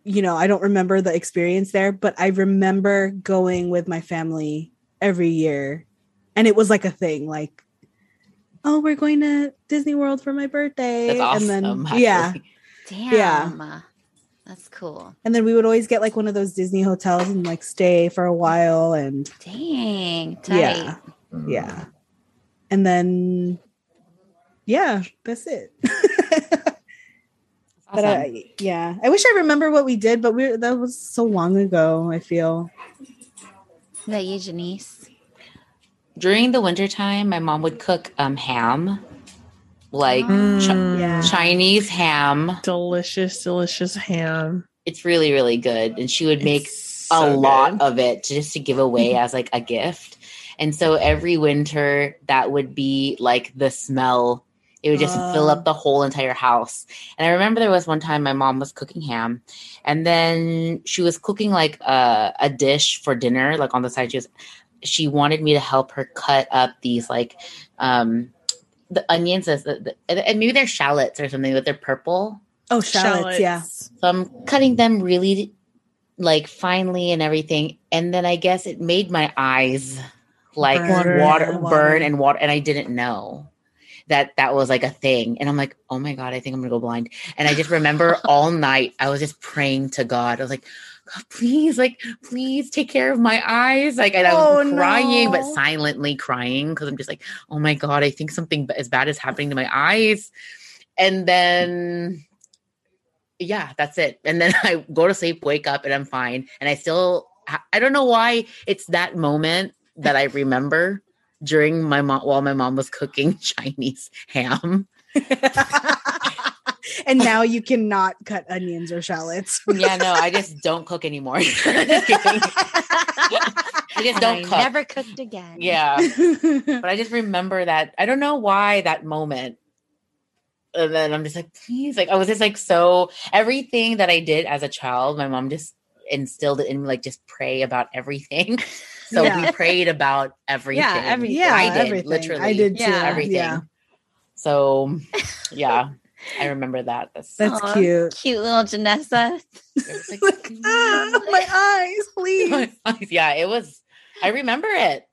Speaker 3: you know, I don't remember the experience there, but I remember going with my family every year and it was like a thing like oh, we're going to Disney World for my birthday
Speaker 1: That's awesome.
Speaker 3: and then
Speaker 1: actually.
Speaker 3: yeah.
Speaker 2: Damn. That's cool.
Speaker 3: And then we would always get like one of those Disney hotels and like stay for a while and
Speaker 2: Dang. Tight.
Speaker 3: Yeah. yeah. And then yeah, that's it. But
Speaker 1: Awesome.
Speaker 3: I, yeah, I wish I remember what we did, but we that was so long ago. I feel
Speaker 2: Is that you, Janice?
Speaker 1: During the wintertime, my mom would cook um ham, like
Speaker 4: Mm,
Speaker 3: Yeah.
Speaker 1: Chinese ham.
Speaker 4: Delicious, delicious ham.
Speaker 1: It's really, really good. And she would make
Speaker 4: It's
Speaker 1: a
Speaker 4: so
Speaker 1: lot
Speaker 4: good.
Speaker 1: of it just to give away as like a gift. And so every winter, that would be like the smell. It would just fill
Speaker 4: Uh.
Speaker 3: Oh.
Speaker 1: up the whole entire house. And I remember there was one time my mom was cooking ham, and then she was cooking like a, a dish for dinner, like on the side. She was, she wanted me to help her cut up these like um the onions, as the, the, and maybe they're shallots or something, but they're purple.
Speaker 3: oh shallots, yeah,
Speaker 1: So I'm cutting them really like finely and everything. And then I guess it made my eyes like water,
Speaker 4: Burn.
Speaker 3: Water.
Speaker 1: burn and water. And I didn't know that that was like a thing. And I'm like, oh my God, I think I'm going to go blind. And I just remember all night, I was just praying to God. I was like, God, please, like, please take care of my eyes. Like, and I was
Speaker 3: Oh,
Speaker 1: crying, but
Speaker 3: no.
Speaker 1: silently crying because I'm just like, oh my God, I think something b- as bad is happening to my eyes. And then yeah, that's it. And then I go to sleep, wake up, and I'm fine. And I still, I- I don't know why it's that moment that I remember during my mom while my mom was cooking Chinese ham.
Speaker 3: and now you cannot cut onions or shallots.
Speaker 1: Yeah, no, I just don't cook anymore. Just kidding. I just
Speaker 2: And
Speaker 1: don't
Speaker 2: I
Speaker 1: cook.
Speaker 2: never cooked again.
Speaker 1: yeah, but I just remember that. I don't know why that moment. And then I'm just like, please, like I was just like so everything that I did as a child, my mom just instilled it in me, like just pray about everything. So
Speaker 3: Yeah.
Speaker 1: we prayed about everything.
Speaker 2: everything.
Speaker 3: yeah,
Speaker 1: I did
Speaker 3: everything.
Speaker 1: literally.
Speaker 3: I did too.
Speaker 2: Yeah.
Speaker 1: everything.
Speaker 3: Yeah.
Speaker 1: So yeah, I remember that. That's,
Speaker 3: That's
Speaker 2: Aw,
Speaker 3: cute.
Speaker 2: Cute little Janessa.
Speaker 1: it's like,
Speaker 3: Like, ah, my eyes, please.
Speaker 1: yeah, it was. I remember it.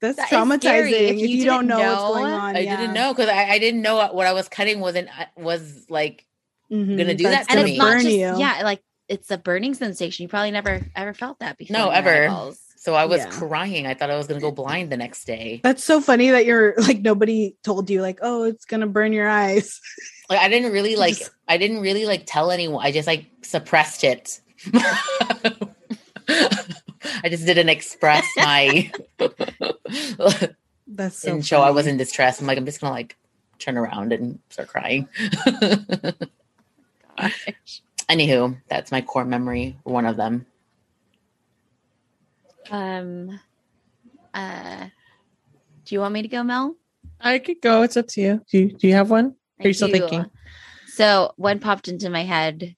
Speaker 3: That's
Speaker 2: That is
Speaker 3: traumatizing
Speaker 2: scary
Speaker 3: if
Speaker 2: if
Speaker 3: you,
Speaker 2: you
Speaker 3: don't know,
Speaker 2: didn't
Speaker 3: what's going
Speaker 2: know.
Speaker 3: on.
Speaker 1: I
Speaker 3: Uh, yeah.
Speaker 1: didn't know because I, I didn't know what I was cutting wasn't uh, was like
Speaker 3: Mhm,
Speaker 1: Gonna do
Speaker 3: that's
Speaker 1: that to
Speaker 2: and
Speaker 3: gonna
Speaker 2: it's
Speaker 1: me.
Speaker 2: not
Speaker 3: burn
Speaker 2: just
Speaker 3: you.
Speaker 2: yeah, like it's a burning sensation. You probably never ever felt that before.
Speaker 1: No,
Speaker 2: in your
Speaker 1: ever.
Speaker 2: eyeballs.
Speaker 1: So I was
Speaker 3: Yeah.
Speaker 1: crying. I thought I was going to go blind the next day.
Speaker 3: That's so funny that you're like nobody told you like, oh, it's gonna burn your eyes.
Speaker 1: Like I didn't really like
Speaker 3: Just-
Speaker 1: I didn't really like tell anyone. I just like suppressed it. I just didn't express my
Speaker 3: That's so
Speaker 1: and show I
Speaker 3: funny.
Speaker 1: was in distress. I'm like I'm just going to like turn around and start crying.
Speaker 2: Gosh.
Speaker 1: Anywho, that's my core memory, one of them.
Speaker 2: Um uh do you want me to go, Mel?
Speaker 4: I could go. It's up to you. Do you, do you have one? Are you
Speaker 2: I
Speaker 4: still
Speaker 2: do.
Speaker 4: thinking?
Speaker 2: So one popped into my head,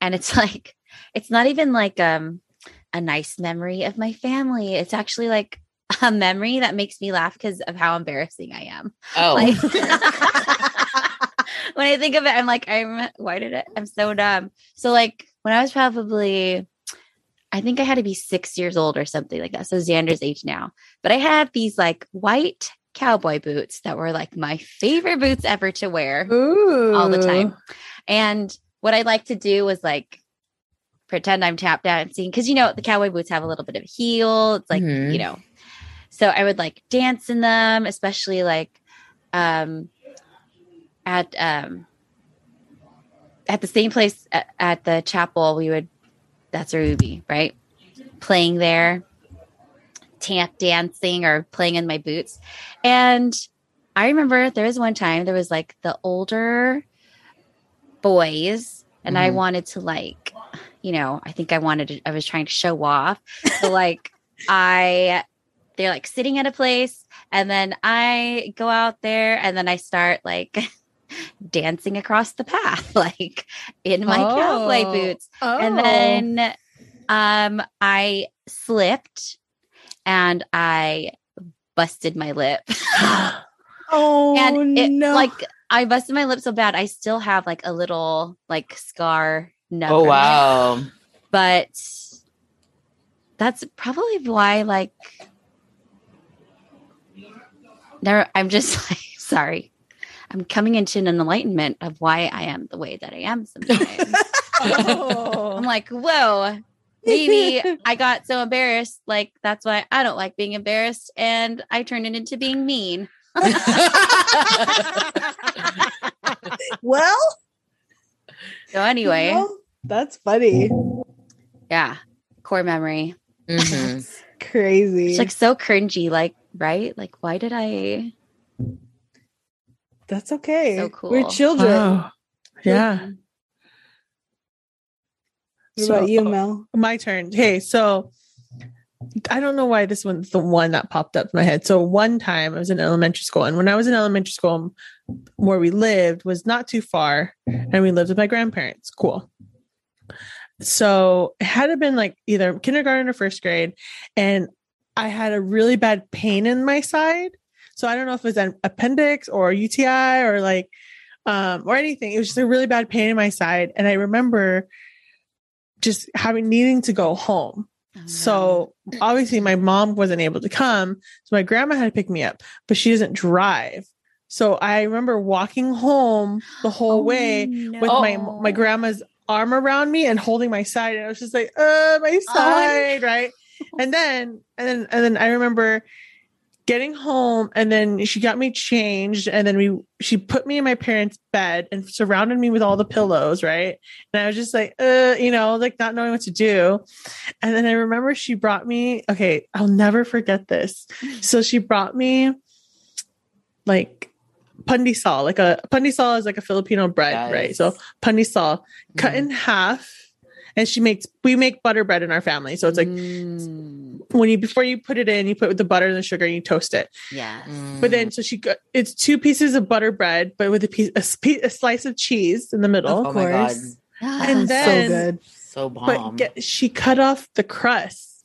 Speaker 2: and it's like, it's not even like um a nice memory of my family. It's actually like a memory that makes me laugh because of how embarrassing I am.
Speaker 1: Oh.
Speaker 2: Like, when I think of it, I'm like, I'm why did it? I'm so dumb. So like when I was probably. I think I had to be six years old or something like that. So Xander's age now. But I had these like white cowboy boots that were like my favorite boots ever to wear
Speaker 4: Ooh.
Speaker 2: all the time. And what I like to do was like pretend I'm tap dancing because you know the cowboy boots have a little bit of a heel. It's like
Speaker 1: Mhm.
Speaker 2: you know, so I would like dance in them, especially like um at um at the same place at, at the chapel. We would that's where we'd be right playing there, tap dancing or playing in my boots. And I remember there was one time there was like the older boys, and I
Speaker 1: Mhm.
Speaker 2: wanted to like, you know, I think I wanted to, I was trying to show off. So like I they're like sitting at a place and then I go out there and then I start like dancing across the path, like in my cowboy
Speaker 4: Oh.
Speaker 2: boots
Speaker 4: Oh.
Speaker 2: and then um i slipped and i busted my lip
Speaker 3: Oh
Speaker 2: and it,
Speaker 3: no!
Speaker 2: like i busted my lip so bad i still have like a little like scar nub
Speaker 1: Oh
Speaker 2: from it.
Speaker 1: wow.
Speaker 2: but that's probably why like there i'm just like sorry i'm coming into an enlightenment of why i am the way that i am sometimes I'm
Speaker 4: Oh.
Speaker 2: like, whoa, maybe I got so embarrassed. Like, that's why I don't like being embarrassed. And I turned it into being mean.
Speaker 3: well,
Speaker 2: So, anyway,
Speaker 3: well, that's funny.
Speaker 2: yeah, core memory.
Speaker 3: Mm-hmm.
Speaker 1: Mhm.
Speaker 3: Crazy.
Speaker 2: It's like so cringy, like, right? Like, why did I?
Speaker 3: that's okay.
Speaker 2: so cool.
Speaker 3: We're children.
Speaker 4: Wow. Oh. Yeah.
Speaker 3: What about
Speaker 4: So-
Speaker 3: you, Mel?
Speaker 4: my turn. Hey, so I don't know why this one's the one that popped up in my head. So one time I was in elementary school, and when I was in elementary school, where we lived was not too far, and we lived with my grandparents. Cool. So it had to been like either kindergarten or first grade, and I had a really bad pain in my side. So I don't know if it was an appendix or UTI or like um or anything. It was just a really bad pain in my side. And I remember just having needing to go home. So obviously, my mom wasn't able to come. So my grandma had to pick me up, but she doesn't drive. So I remember walking home the
Speaker 2: Oh,
Speaker 4: whole way with my my grandma's arm around me and holding my side, and I was just like, "Uh, my side, right?" And then and then and then I remember getting home, and then she got me changed, and then we she put me in my parents' bed and surrounded me with all the pillows, right? And I was just like, "Uh," you know, like not knowing what to do. And then I remember she brought me. Okay, I'll never forget this. So she brought me like pandesal, like a pandesal is like a Filipino bread, right?
Speaker 1: Nice.
Speaker 4: So pandesal
Speaker 1: Mm-hmm.
Speaker 4: cut in half and she makes we make butter bread in our family so it's like
Speaker 2: Mm,
Speaker 4: when you before you put it in you put the butter and the sugar and you toast it
Speaker 2: yeah.
Speaker 1: Mm.
Speaker 4: but then so she got it's two pieces of butter bread but with a piece a, sp- a slice of cheese in the middle
Speaker 1: oh my god,
Speaker 3: course.
Speaker 4: and then
Speaker 3: so good.
Speaker 1: so
Speaker 4: but
Speaker 3: Um,
Speaker 1: bomb.
Speaker 4: get, she cut off the crust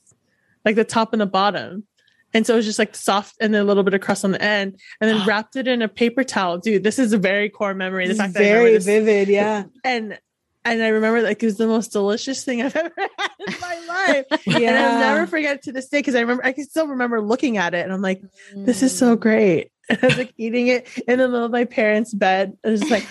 Speaker 4: like the top and the bottom and so it was just like soft and then a little bit of crust on the end and then wrapped it in a paper towel dude this is a very core memory the fact that I remember
Speaker 3: Very
Speaker 4: this
Speaker 3: vivid. Yeah.
Speaker 4: and and I remember like it was the most delicious thing I've ever had in my life. And
Speaker 3: Yeah.
Speaker 4: I'll never forget it to this day because I remember I can still remember looking at it and I'm like, this is
Speaker 3: Mm.
Speaker 4: so great. And I was like eating it in the middle of my parents' bed. I was just like,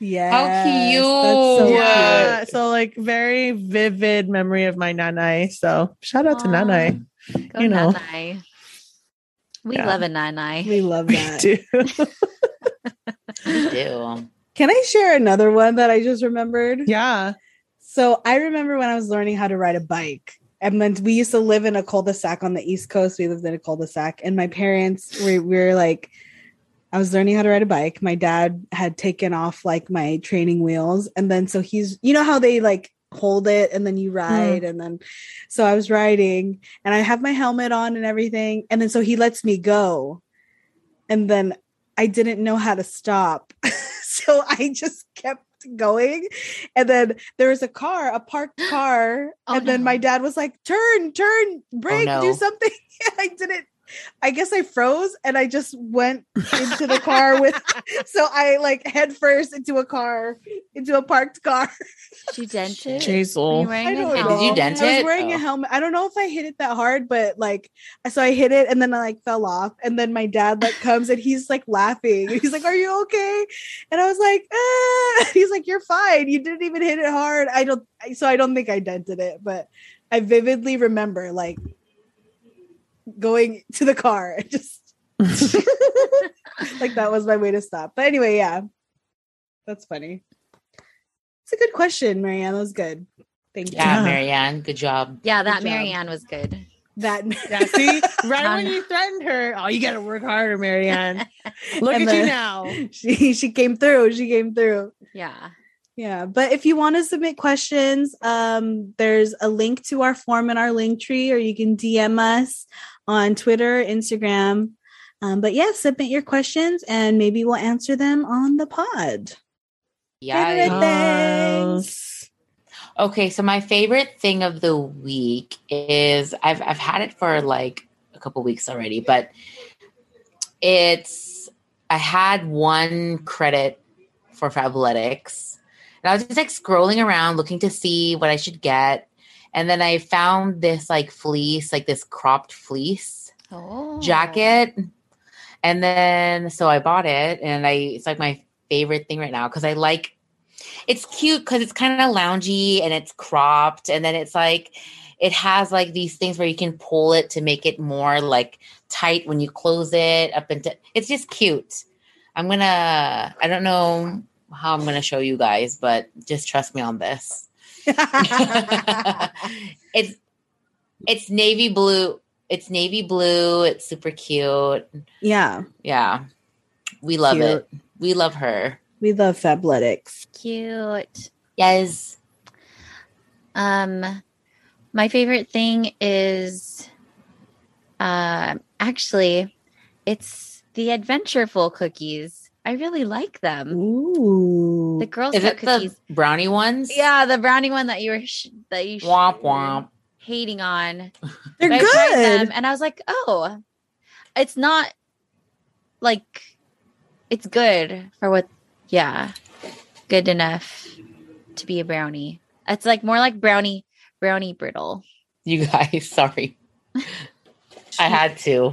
Speaker 3: Yeah.
Speaker 1: cute.
Speaker 4: yeah. So like very vivid memory of my nanai. So shout out to
Speaker 2: Aw.
Speaker 4: nanai.
Speaker 2: Go
Speaker 4: you know.
Speaker 2: nanai. We
Speaker 4: Yeah.
Speaker 2: love a nanai.
Speaker 3: We love
Speaker 4: We
Speaker 3: that.
Speaker 4: do.
Speaker 1: We do.
Speaker 3: Can I share another one that I just remembered?
Speaker 4: yeah.
Speaker 3: So I remember when I was learning how to ride a bike. And then we used to live in a cul-de-sac on the East Coast. We lived in a cul-de-sac. And my parents were, we were like, I was learning how to ride a bike. My dad had taken off like my training wheels. And then so he's, you know how they like hold it and then you ride. And then so I was riding and I have my helmet on and everything. And then so he lets me go. And then I didn't know how to stop. so I just kept going. And then there was a car, a parked car.
Speaker 2: Oh,
Speaker 3: and then
Speaker 2: no. Oh,
Speaker 3: my dad was like, turn, turn, brake, do
Speaker 1: no.
Speaker 3: something. And I didn't, I guess I froze and I just went into the car with, so I like head first into a car, into a parked car.
Speaker 2: Did you dent it? Were you
Speaker 4: Jazel.
Speaker 2: wearing
Speaker 3: I
Speaker 2: a
Speaker 3: don't know.
Speaker 2: helmet?
Speaker 1: Did you dent
Speaker 3: I was
Speaker 1: it?
Speaker 3: wearing a
Speaker 1: Oh.
Speaker 3: helmet. I don't know if I hit it that hard, but like, so I hit it and then I like fell off. And then my dad like comes and he's like laughing. He's like, "Are you okay?" And I was like, "Ah." "He's like, you're fine. You didn't even hit it hard. I don't. I- So I don't think I dented it, but I vividly remember like going to the car and just like that was my way to stop. But anyway, yeah, that's funny. It's a good question, Marianne. That was good. Thank you.
Speaker 1: Yeah,
Speaker 4: Yeah.
Speaker 1: Marianne, good job.
Speaker 2: Yeah, that
Speaker 3: Good job.
Speaker 2: Marianne was good.
Speaker 3: that
Speaker 4: Yeah, see, right when you threatened her, oh, you got to work harder, Marianne. Look
Speaker 3: And
Speaker 4: at you
Speaker 3: the-
Speaker 4: now.
Speaker 3: she she came through. She came through.
Speaker 2: Yeah.
Speaker 3: Yeah, but if you want to submit questions, um, there's a link to our form in our link tree, or you can DM us on Twitter, Instagram. Um, but yeah, submit your questions and maybe we'll answer them on the pod.
Speaker 1: Yeah.
Speaker 3: Favorite things.
Speaker 4: Yes.
Speaker 1: Okay, so my favorite thing of the week is I've I've had it for like a couple weeks already, but it's I had one credit for Fabletics. And I was just like scrolling around looking to see what I should get. And then I found this like fleece, like this cropped fleece
Speaker 2: Oh.
Speaker 1: jacket. And then so I bought it and I it's like my favorite thing right now because I like it's cute because it's kind of loungy and it's cropped and then it's like it has like these things where you can pull it to make it more like tight when you close it up into it's just cute. I'm gonna I don't know how I'm gonna show you guys, but just trust me on this. it's it's navy blue. It's navy blue. It's super cute.
Speaker 3: yeah,
Speaker 1: Yeah. We love
Speaker 3: Cute.
Speaker 1: it. We love her.
Speaker 3: we love Fabletics.
Speaker 2: Cute.
Speaker 1: Yes.
Speaker 2: Um, my favorite thing is, um, actually, it's the Adventureful cookies. I really like them.
Speaker 3: Ooh,
Speaker 2: The Girl
Speaker 1: Is
Speaker 2: Scout
Speaker 1: it
Speaker 2: cookies.
Speaker 1: the brownie ones?
Speaker 2: yeah, the brownie one that you were sh- that you sh-
Speaker 1: Womp womp.
Speaker 2: hating on.
Speaker 3: they're
Speaker 2: But I tried
Speaker 3: good.
Speaker 2: them and I was like, oh, it's not like it's good for what. Yeah, good enough to be a brownie. It's like more like brownie brownie brittle.
Speaker 1: You guys, sorry. I had to.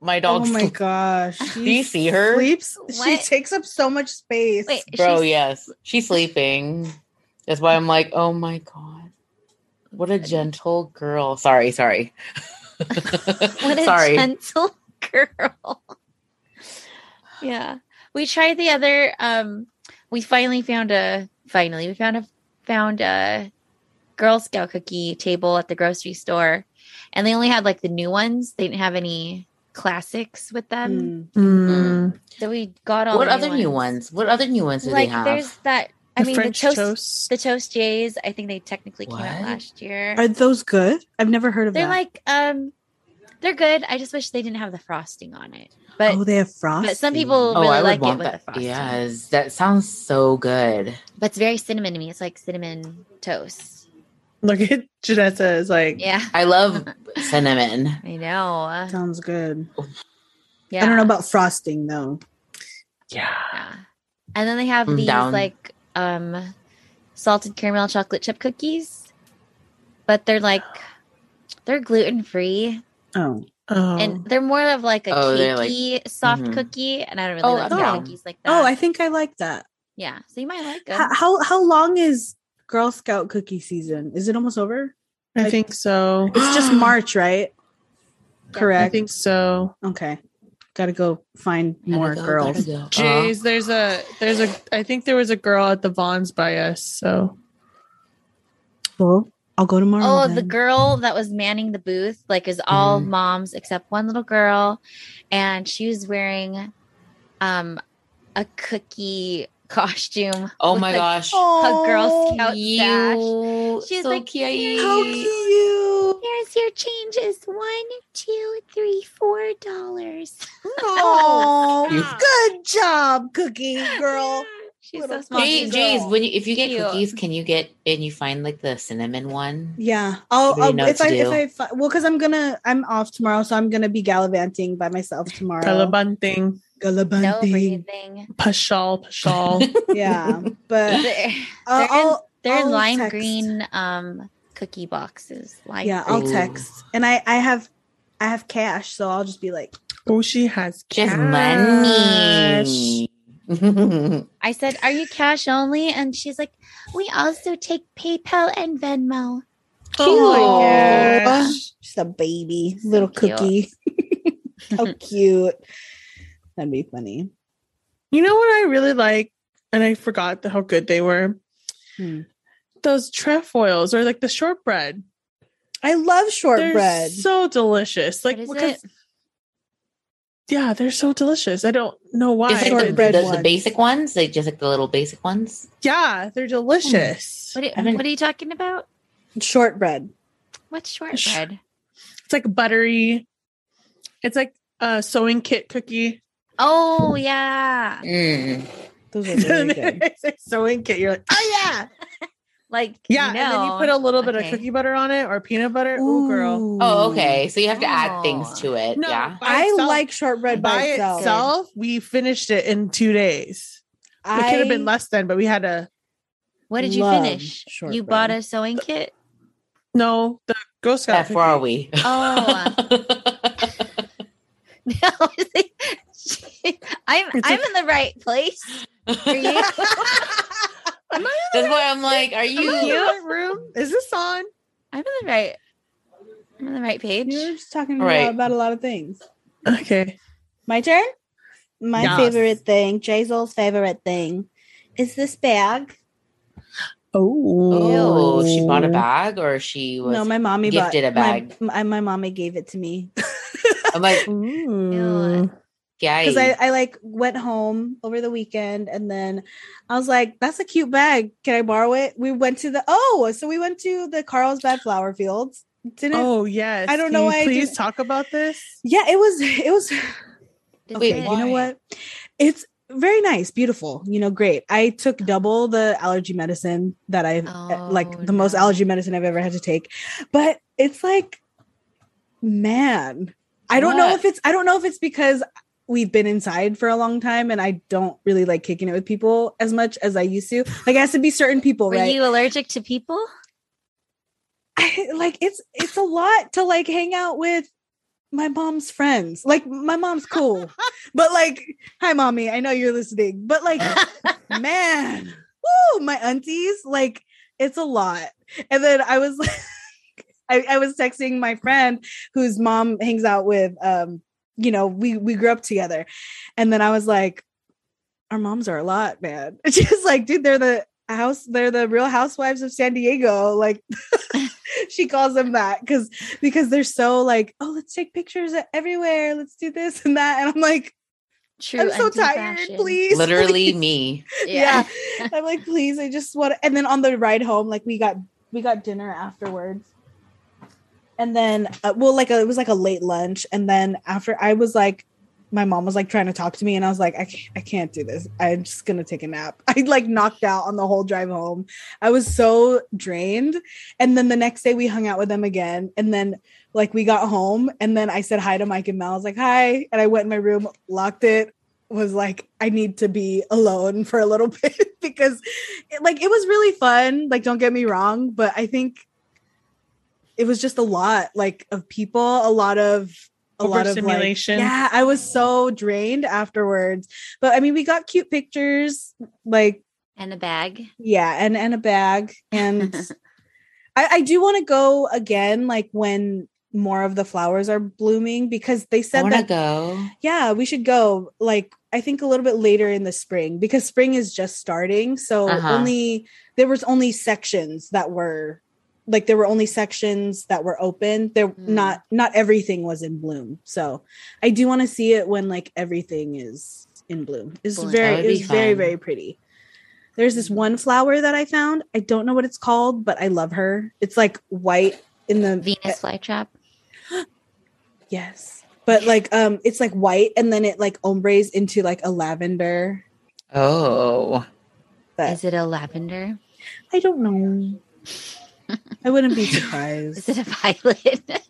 Speaker 1: My
Speaker 3: Oh
Speaker 1: dog.
Speaker 3: my gosh,
Speaker 1: Do you see her?
Speaker 3: Sleeps. She
Speaker 2: What?
Speaker 3: takes up so much space.
Speaker 2: Wait,
Speaker 1: Bro,
Speaker 2: she's-
Speaker 1: yes. She's sleeping. That's why I'm like, oh my God. What a gentle girl. Sorry, sorry.
Speaker 2: What a
Speaker 1: sorry.
Speaker 2: gentle girl. yeah. We tried the other um we finally found a finally we found a found a Girl Scout cookie table at the grocery store and they only had like the new ones. They didn't have any classics with them.
Speaker 3: Mm.
Speaker 4: Mm.
Speaker 2: So we got all
Speaker 1: what
Speaker 2: the
Speaker 1: other new ones? What other new ones do
Speaker 2: Like
Speaker 1: they have?
Speaker 2: there's that I
Speaker 4: The
Speaker 2: mean
Speaker 4: French
Speaker 2: the toast,
Speaker 4: toast.
Speaker 2: the toast J's, I think they technically came out
Speaker 1: What?
Speaker 2: last year.
Speaker 3: Are those good? I've never heard of
Speaker 2: They're
Speaker 3: that.
Speaker 2: like um they're good. I just wish they didn't have the frosting on it. But
Speaker 3: oh, they have frost.
Speaker 2: but some people
Speaker 1: Oh,
Speaker 2: really like it with the frosting.
Speaker 1: Yes, that sounds so good.
Speaker 2: But it's very cinnamon to me. It's like cinnamon toast.
Speaker 4: Look at Janessa is like,
Speaker 2: Yeah.
Speaker 1: I love cinnamon.
Speaker 2: I know.
Speaker 3: Sounds good.
Speaker 2: Yeah.
Speaker 3: I don't know about frosting though.
Speaker 4: yeah.
Speaker 2: Yeah. And then they have
Speaker 1: I'm
Speaker 2: these
Speaker 1: down.
Speaker 2: like um salted caramel chocolate chip cookies. But they're like they're gluten free
Speaker 3: Oh,
Speaker 4: Oh.
Speaker 2: and they're more of like a
Speaker 1: Oh, they're like-
Speaker 2: cakey soft
Speaker 1: Mhm.
Speaker 2: cookie. And I don't really
Speaker 1: Oh,
Speaker 2: like
Speaker 1: I'm down.
Speaker 2: cookies like that.
Speaker 3: oh, I think I like that.
Speaker 2: yeah. So you might like
Speaker 3: H-
Speaker 2: them.
Speaker 3: How how long is Girl Scout cookie season? Is it almost over?
Speaker 4: I think so.
Speaker 3: It's just March, right?
Speaker 4: I
Speaker 3: Correct.
Speaker 4: think so.
Speaker 3: Okay, gotta go find
Speaker 1: Gotta
Speaker 3: more
Speaker 1: go,
Speaker 3: girls.
Speaker 1: gotta go. Uh-huh.
Speaker 4: Jeez, there's a there's a I think there was a girl at the Vaughn's by us. So
Speaker 3: Well, I'll go tomorrow.
Speaker 2: Oh, the
Speaker 3: then. Mm-hmm.
Speaker 2: girl that was manning the booth, like, is all
Speaker 1: Mhm.
Speaker 2: moms except one little girl, and she was wearing, um, a cookie costume.
Speaker 1: Oh
Speaker 2: with,
Speaker 1: my
Speaker 2: like,
Speaker 1: gosh.
Speaker 2: A Girl
Speaker 3: Oh,
Speaker 2: Scout stash.
Speaker 1: You,
Speaker 2: She's
Speaker 1: so
Speaker 2: like,
Speaker 1: cute.
Speaker 3: How cute!
Speaker 2: Here's your changes: one, two, three, four dollars.
Speaker 3: Oh, good job, cookie girl.
Speaker 2: she's
Speaker 3: Little
Speaker 2: so small.
Speaker 1: Jeez,
Speaker 2: She's-
Speaker 1: jeez, when you, if you get
Speaker 2: Cute.
Speaker 1: cookies, can you get and you find like the cinnamon one?
Speaker 3: Yeah, I'll,
Speaker 1: You
Speaker 3: I'll
Speaker 1: know
Speaker 3: if
Speaker 1: what
Speaker 3: I
Speaker 1: to
Speaker 3: if
Speaker 1: do.
Speaker 3: I fi- well, because I'm gonna I'm off tomorrow, so I'm gonna be gallivanting by myself tomorrow.
Speaker 4: Galabunting,
Speaker 2: no
Speaker 3: Gallivanting.
Speaker 2: breathing.
Speaker 4: Pashal, Pashal.
Speaker 3: yeah, but
Speaker 2: They're,
Speaker 3: I'll,
Speaker 2: in-
Speaker 3: I'll
Speaker 2: they're
Speaker 3: I'll
Speaker 2: lime
Speaker 3: text.
Speaker 2: green, um, cookie boxes. Lime
Speaker 3: Yeah,
Speaker 2: green.
Speaker 3: I'll
Speaker 1: Ooh.
Speaker 3: text, and I I have I have cash, so I'll just be like,
Speaker 4: oh, she has
Speaker 1: She has
Speaker 4: cash.
Speaker 1: money.
Speaker 2: I said, "Are you cash only?" And she's like, "We also take PayPal and Venmo."
Speaker 4: Oh
Speaker 1: Cute.
Speaker 4: my gosh.
Speaker 3: just a baby,
Speaker 2: So
Speaker 3: little
Speaker 2: cute.
Speaker 3: cookie. How cute! That'd be funny.
Speaker 4: You know what I really like, and I forgot the, how good they were.
Speaker 3: Hmm.
Speaker 4: Those trefoils or like the shortbread.
Speaker 3: I love
Speaker 4: They're
Speaker 3: shortbread.
Speaker 4: so delicious. Like
Speaker 2: What is
Speaker 4: because-
Speaker 2: it?
Speaker 4: yeah, they're so delicious. I don't know why.
Speaker 1: It's like the,
Speaker 3: Shortbread
Speaker 1: the, the
Speaker 3: ones.
Speaker 1: basic ones, like just like the little basic ones.
Speaker 4: yeah, they're delicious.
Speaker 2: What,
Speaker 1: I mean-
Speaker 2: are, what are you talking about?
Speaker 3: Shortbread.
Speaker 2: What's shortbread?
Speaker 4: It's like buttery. It's like a sewing kit cookie.
Speaker 2: Oh yeah,
Speaker 1: Mm.
Speaker 3: Those are really good.
Speaker 4: It's like sewing kit. You're like, oh yeah,
Speaker 2: like
Speaker 4: yeah.
Speaker 2: You
Speaker 4: And then you
Speaker 2: know.
Speaker 4: put a little bit
Speaker 2: Okay.
Speaker 4: of cookie butter on it or peanut butter. Ooh, girl.
Speaker 3: Ooh.
Speaker 1: Oh, okay. So you have to add
Speaker 2: Oh.
Speaker 1: things to it.
Speaker 4: No,
Speaker 1: Yeah.
Speaker 4: by
Speaker 3: I
Speaker 4: itself-
Speaker 3: like shortbread by, itself.
Speaker 4: We finished it in two days. It could have been
Speaker 3: I-
Speaker 4: less than, but we had to
Speaker 2: What did you
Speaker 3: Love
Speaker 2: finish? You
Speaker 3: shortbread.
Speaker 2: bought a sewing kit.
Speaker 4: no the Girl Scout.
Speaker 1: How far are we?
Speaker 4: cookie.
Speaker 2: Oh no, it's like- I'm
Speaker 4: It's
Speaker 2: I'm in the right place for you.
Speaker 1: That's why I'm like, are
Speaker 4: Am I in the
Speaker 1: you?
Speaker 4: right room? Is this on?
Speaker 2: I'm in the right. I'm on the right page.
Speaker 3: You're just talking
Speaker 1: All right.
Speaker 3: about a lot of things.
Speaker 4: Okay.
Speaker 3: My turn. My
Speaker 4: Yes.
Speaker 3: favorite thing, Jazel's favorite thing, is this bag.
Speaker 1: Oh, she bought a bag or she was.
Speaker 3: no, my mommy
Speaker 1: gifted
Speaker 3: bought,
Speaker 1: a bag.
Speaker 3: My, my, my mommy gave it to me
Speaker 1: I'm like,
Speaker 4: Ooh.
Speaker 1: guys.
Speaker 3: because I, I like went home over the weekend and then I was like, "That's a cute bag. Can I borrow it?" We went to the oh, so we went to the Carlsbad flower fields. Didn't
Speaker 4: Oh yes.
Speaker 3: I don't
Speaker 4: Can
Speaker 3: know
Speaker 4: you
Speaker 3: why I
Speaker 4: Please
Speaker 3: didn't-
Speaker 4: talk about this.
Speaker 3: yeah, it was it was
Speaker 2: Did
Speaker 1: Wait,
Speaker 2: it-
Speaker 3: you know
Speaker 1: why?
Speaker 3: what? It's very nice, beautiful, you know, great. I took double the allergy medicine that I've uh, like
Speaker 2: Oh,
Speaker 3: the most
Speaker 2: no.
Speaker 3: allergy medicine I've ever had to take. But it's like, man, I don't know
Speaker 1: What?
Speaker 3: if it's I don't know if it's because we've been inside for a long time and I don't really like kicking it with people as much as I used to. Like it has to be certain people,
Speaker 2: Were
Speaker 3: right?
Speaker 2: you allergic to people?
Speaker 3: I, like it's it's a lot to like hang out with my mom's friends. Like my mom's cool, but like, hi mommy, I know you're listening, but like, man, woo, my aunties, like it's a lot. And then I was like, I, I was texting my friend whose mom hangs out with, um, you know, we we grew up together, and then I was like, our moms are a lot, man. She's like, dude, they're the house, they're the Real Housewives of San Diego, like she calls them that because because they're so like oh let's take pictures everywhere let's do this and that and i'm like
Speaker 2: True.
Speaker 3: i'm so
Speaker 2: auntie
Speaker 3: tired
Speaker 2: fashion.
Speaker 3: please
Speaker 1: literally
Speaker 3: please."
Speaker 1: me.
Speaker 3: yeah, i'm like please i just want and then on the ride home like we got we got dinner afterwards and then uh, well like a, it was like a late lunch and then after i was like my mom was like trying to talk to me and i was like I can't, I can't do this i'm just gonna take a nap i like knocked out on the whole drive home i was so drained and then the next day we hung out with them again and then like we got home and then i said hi to mike and mel i was like hi and i went in my room locked it was like i need to be alone for a little bit because it, like it was really fun like don't get me wrong but i think it was just a lot like of people a lot of a lot of like,
Speaker 4: Overstimulation.
Speaker 3: yeah i was so drained afterwards but i mean we got cute pictures like
Speaker 2: And a bag.
Speaker 3: yeah and and a bag and I, I do want to go again like when more of the flowers are blooming because they
Speaker 1: I
Speaker 3: said
Speaker 1: want to
Speaker 3: that
Speaker 1: go.
Speaker 3: yeah we should go like i think a little bit later in the spring because spring is just starting so
Speaker 1: Uh-huh.
Speaker 3: only there was only sections that were like there were only sections that were open there
Speaker 1: Hmm.
Speaker 2: Mm.
Speaker 3: not not everything was in bloom so i do want to see it when like everything is in bloom it's
Speaker 2: Bloom.
Speaker 1: That
Speaker 3: very
Speaker 1: would be
Speaker 3: it's very
Speaker 1: fun.
Speaker 3: very pretty there's this one flower that i found i don't know what it's called but i love her it's like white in the
Speaker 2: Venus flytrap.
Speaker 3: Yes. But like um it's like white and then it like ombres into like a lavender
Speaker 1: Oh,
Speaker 3: that
Speaker 2: Is it a lavender?
Speaker 3: I don't know. I wouldn't be
Speaker 2: Is
Speaker 3: surprised.
Speaker 2: it a violet?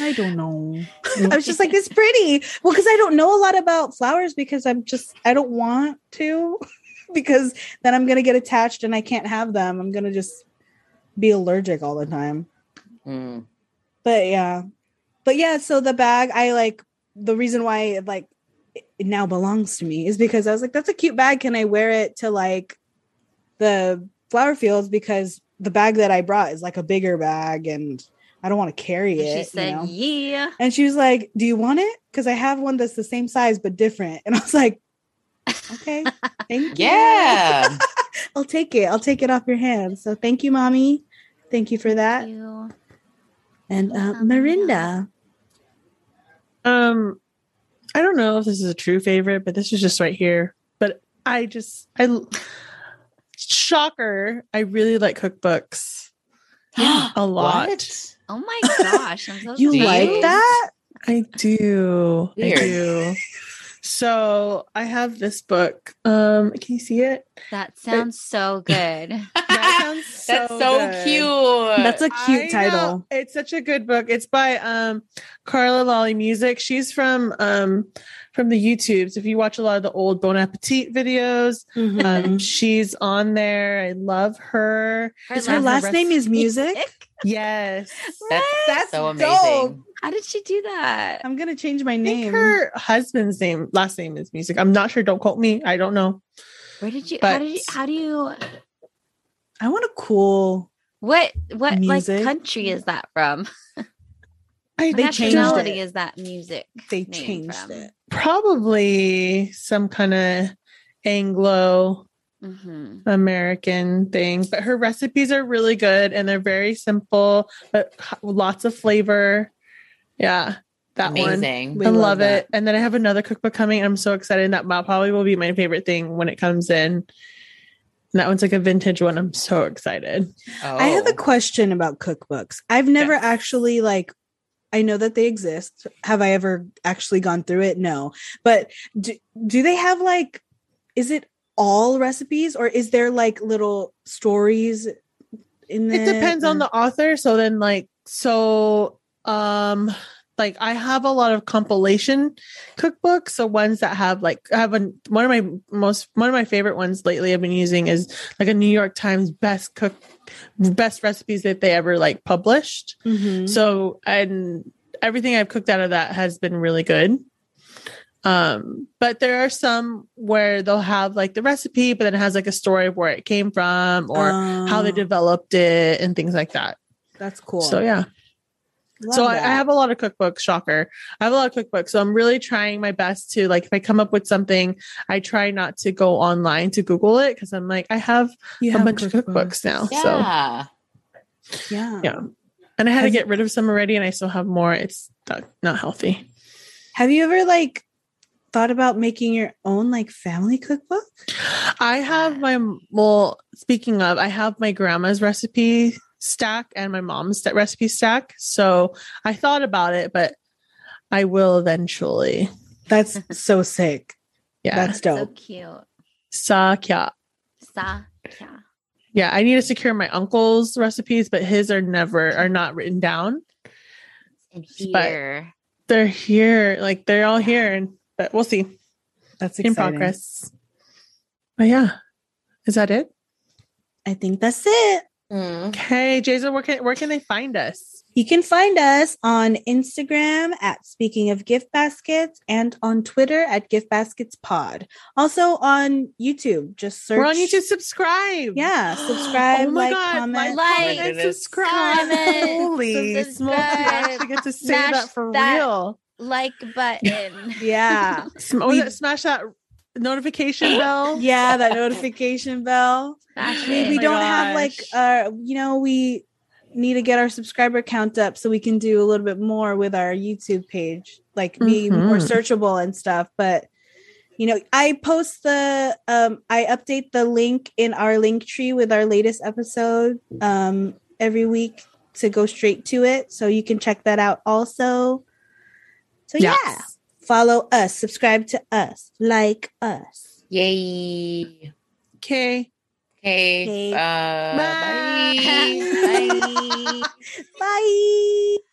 Speaker 3: I don't know. I was just like it's pretty. Well, cuz I don't know a lot about flowers because I'm just I don't want to because then I'm going to get attached and I can't have them. I'm going to just be allergic all the time.
Speaker 1: Mm.
Speaker 3: but yeah but yeah so the bag i like the reason why it, like it now belongs to me is because i was like that's a cute bag can i wear it to like the flower fields because the bag that i brought is like a bigger bag and i don't want to carry
Speaker 2: And
Speaker 3: it
Speaker 2: she
Speaker 3: you
Speaker 2: said,
Speaker 3: know?
Speaker 2: "Yeah."
Speaker 3: and she was like do you want it because i have one that's the same size but different and i was like okay thank you
Speaker 1: yeah.
Speaker 3: i'll take it i'll take it off your hands so thank you mommy thank you for that
Speaker 2: You.
Speaker 3: and uh, Mirinda.
Speaker 4: Um, I don't know if this is a true favorite, but this is just right here. But I just, I shocker, I really like cookbooks a lot.
Speaker 1: What?
Speaker 2: Oh my gosh. I'm so
Speaker 3: You
Speaker 1: Jeez.
Speaker 3: like
Speaker 2: sorry.
Speaker 3: that?
Speaker 4: I do.
Speaker 1: Weird.
Speaker 4: I do. So I have this book. Um, can you see it?
Speaker 2: That sounds so good.
Speaker 4: sounds
Speaker 1: That's
Speaker 4: so
Speaker 1: so,
Speaker 4: good.
Speaker 1: cute.
Speaker 3: That's a cute
Speaker 4: I
Speaker 3: title.
Speaker 4: know. It's such a good book. It's by um Carla Lolly Music. She's from um from the YouTubes. If you watch a lot of the old Bon Appetit videos, um, she's on there. I love her.
Speaker 3: Is her last name is Music?
Speaker 4: Yes.
Speaker 1: that's,
Speaker 4: That's
Speaker 1: so
Speaker 4: dope.
Speaker 1: amazing.
Speaker 2: How did she do that?
Speaker 3: I'm gonna change my
Speaker 4: I think
Speaker 3: name.
Speaker 4: her husband's name last name is Music. I'm not sure. Don't quote me. I don't know.
Speaker 2: Where did you? how
Speaker 4: But-
Speaker 2: did you? How do you?
Speaker 3: I want a cool.
Speaker 2: What? What?
Speaker 3: Music.
Speaker 2: Like country is that from?
Speaker 4: I
Speaker 2: What
Speaker 3: They changed
Speaker 2: nationality
Speaker 3: it.
Speaker 2: is that music?
Speaker 3: They
Speaker 2: name
Speaker 3: changed
Speaker 2: from.
Speaker 3: it.
Speaker 4: probably some kind of Anglo
Speaker 2: Mm-hmm.
Speaker 4: American thing, but her recipes are really good and they're very simple, but h- lots of flavor. Yeah, that one.
Speaker 1: Amazing.
Speaker 3: We
Speaker 4: I love,
Speaker 3: that.
Speaker 4: it. And then I have another cookbook coming. I'm so excited. That mo- probably will be my favorite thing when it comes in. And that one's like a vintage one. I'm so excited.
Speaker 1: Oh.
Speaker 3: I have a question about cookbooks. I've never
Speaker 4: Yes.
Speaker 3: actually like I know that they exist. Have I ever actually gone through it? No. But do, do they have like is it all recipes or is there like little stories in
Speaker 4: It depends on the author. So then, like, so, um, like I have a lot of compilation cookbooks. So ones that have like I have a, one of my most one of my favorite ones lately. I've been using is like a New York Times best cook best recipes that they ever like published.
Speaker 3: Mhm.
Speaker 4: So and everything I've cooked out of that has been really good. Um, but there are some where they'll have like the recipe, but then it has like a story of where it came from or how they
Speaker 3: Oh,
Speaker 4: developed it and things like that.
Speaker 3: That's cool.
Speaker 4: So yeah. so I, I have a lot of cookbooks. Shocker, I have a lot of cookbooks. So I'm really trying my best to like if I come up with something, I try not to go online to Google it because I'm like I have
Speaker 3: you
Speaker 4: a bunch of
Speaker 3: Mm.
Speaker 4: cookbooks now. So
Speaker 1: yeah.
Speaker 3: Yeah.
Speaker 4: yeah, and I had to
Speaker 3: Has-
Speaker 4: get rid of some already, and I still have more. It's not, not healthy.
Speaker 3: Have you ever like thought about making your own like family cookbook?
Speaker 4: I have my well. Speaking of, I have my grandma's recipe stack and my mom's st- recipe stack. So I thought about it, but I will eventually.
Speaker 3: That's so sick.
Speaker 4: Yeah.
Speaker 3: That's
Speaker 2: So
Speaker 3: dope.
Speaker 2: cute.
Speaker 4: Sakya.
Speaker 2: Sa. Yeah.
Speaker 4: Yeah, I need to secure my uncle's recipes, but his are never are not written down.
Speaker 2: And
Speaker 4: But-
Speaker 2: here.
Speaker 4: They're here, like they're all here, and but we'll see
Speaker 3: That's
Speaker 4: in
Speaker 3: exciting.
Speaker 4: progress. But yeah, is that it?
Speaker 3: I think that's it. Hmm.
Speaker 1: Mm.
Speaker 4: Okay, Jason, where can where can they find us?
Speaker 3: You can find us on Instagram at Speaking of Gift Baskets and on Twitter at Gift Baskets Pod. Also on YouTube, just search.
Speaker 4: We're on YouTube. Oh Subscribe.
Speaker 3: Yeah, subscribe, like, comment.
Speaker 4: like,
Speaker 2: Like,
Speaker 4: and subscribe.
Speaker 2: comment,
Speaker 4: Holy smokes! I
Speaker 2: subscribe,
Speaker 4: actually get to say
Speaker 2: smash
Speaker 4: that for
Speaker 2: that-
Speaker 4: real.
Speaker 2: Like button.
Speaker 3: Yeah,
Speaker 4: Sm- what was it? Oh, smash that notification bell.
Speaker 3: yeah, that notification bell.
Speaker 2: Smash
Speaker 3: We,
Speaker 2: it.
Speaker 3: we
Speaker 4: my
Speaker 3: don't have like,
Speaker 4: gosh.
Speaker 3: uh, you know, we need to get our subscriber count up so we can do a little bit more with our YouTube page, like be more
Speaker 4: Mhm.
Speaker 3: searchable and stuff. But you know, I post the um, I update the link in our link tree with our latest episode um, every week to go straight to it, so you can check that out also. So
Speaker 4: Yes.
Speaker 3: yeah, follow us, subscribe to us, like us.
Speaker 1: Yay.
Speaker 4: Okay.
Speaker 1: Okay.
Speaker 3: Okay.
Speaker 1: Uh,
Speaker 4: Bye.
Speaker 1: bye. bye.
Speaker 3: Bye.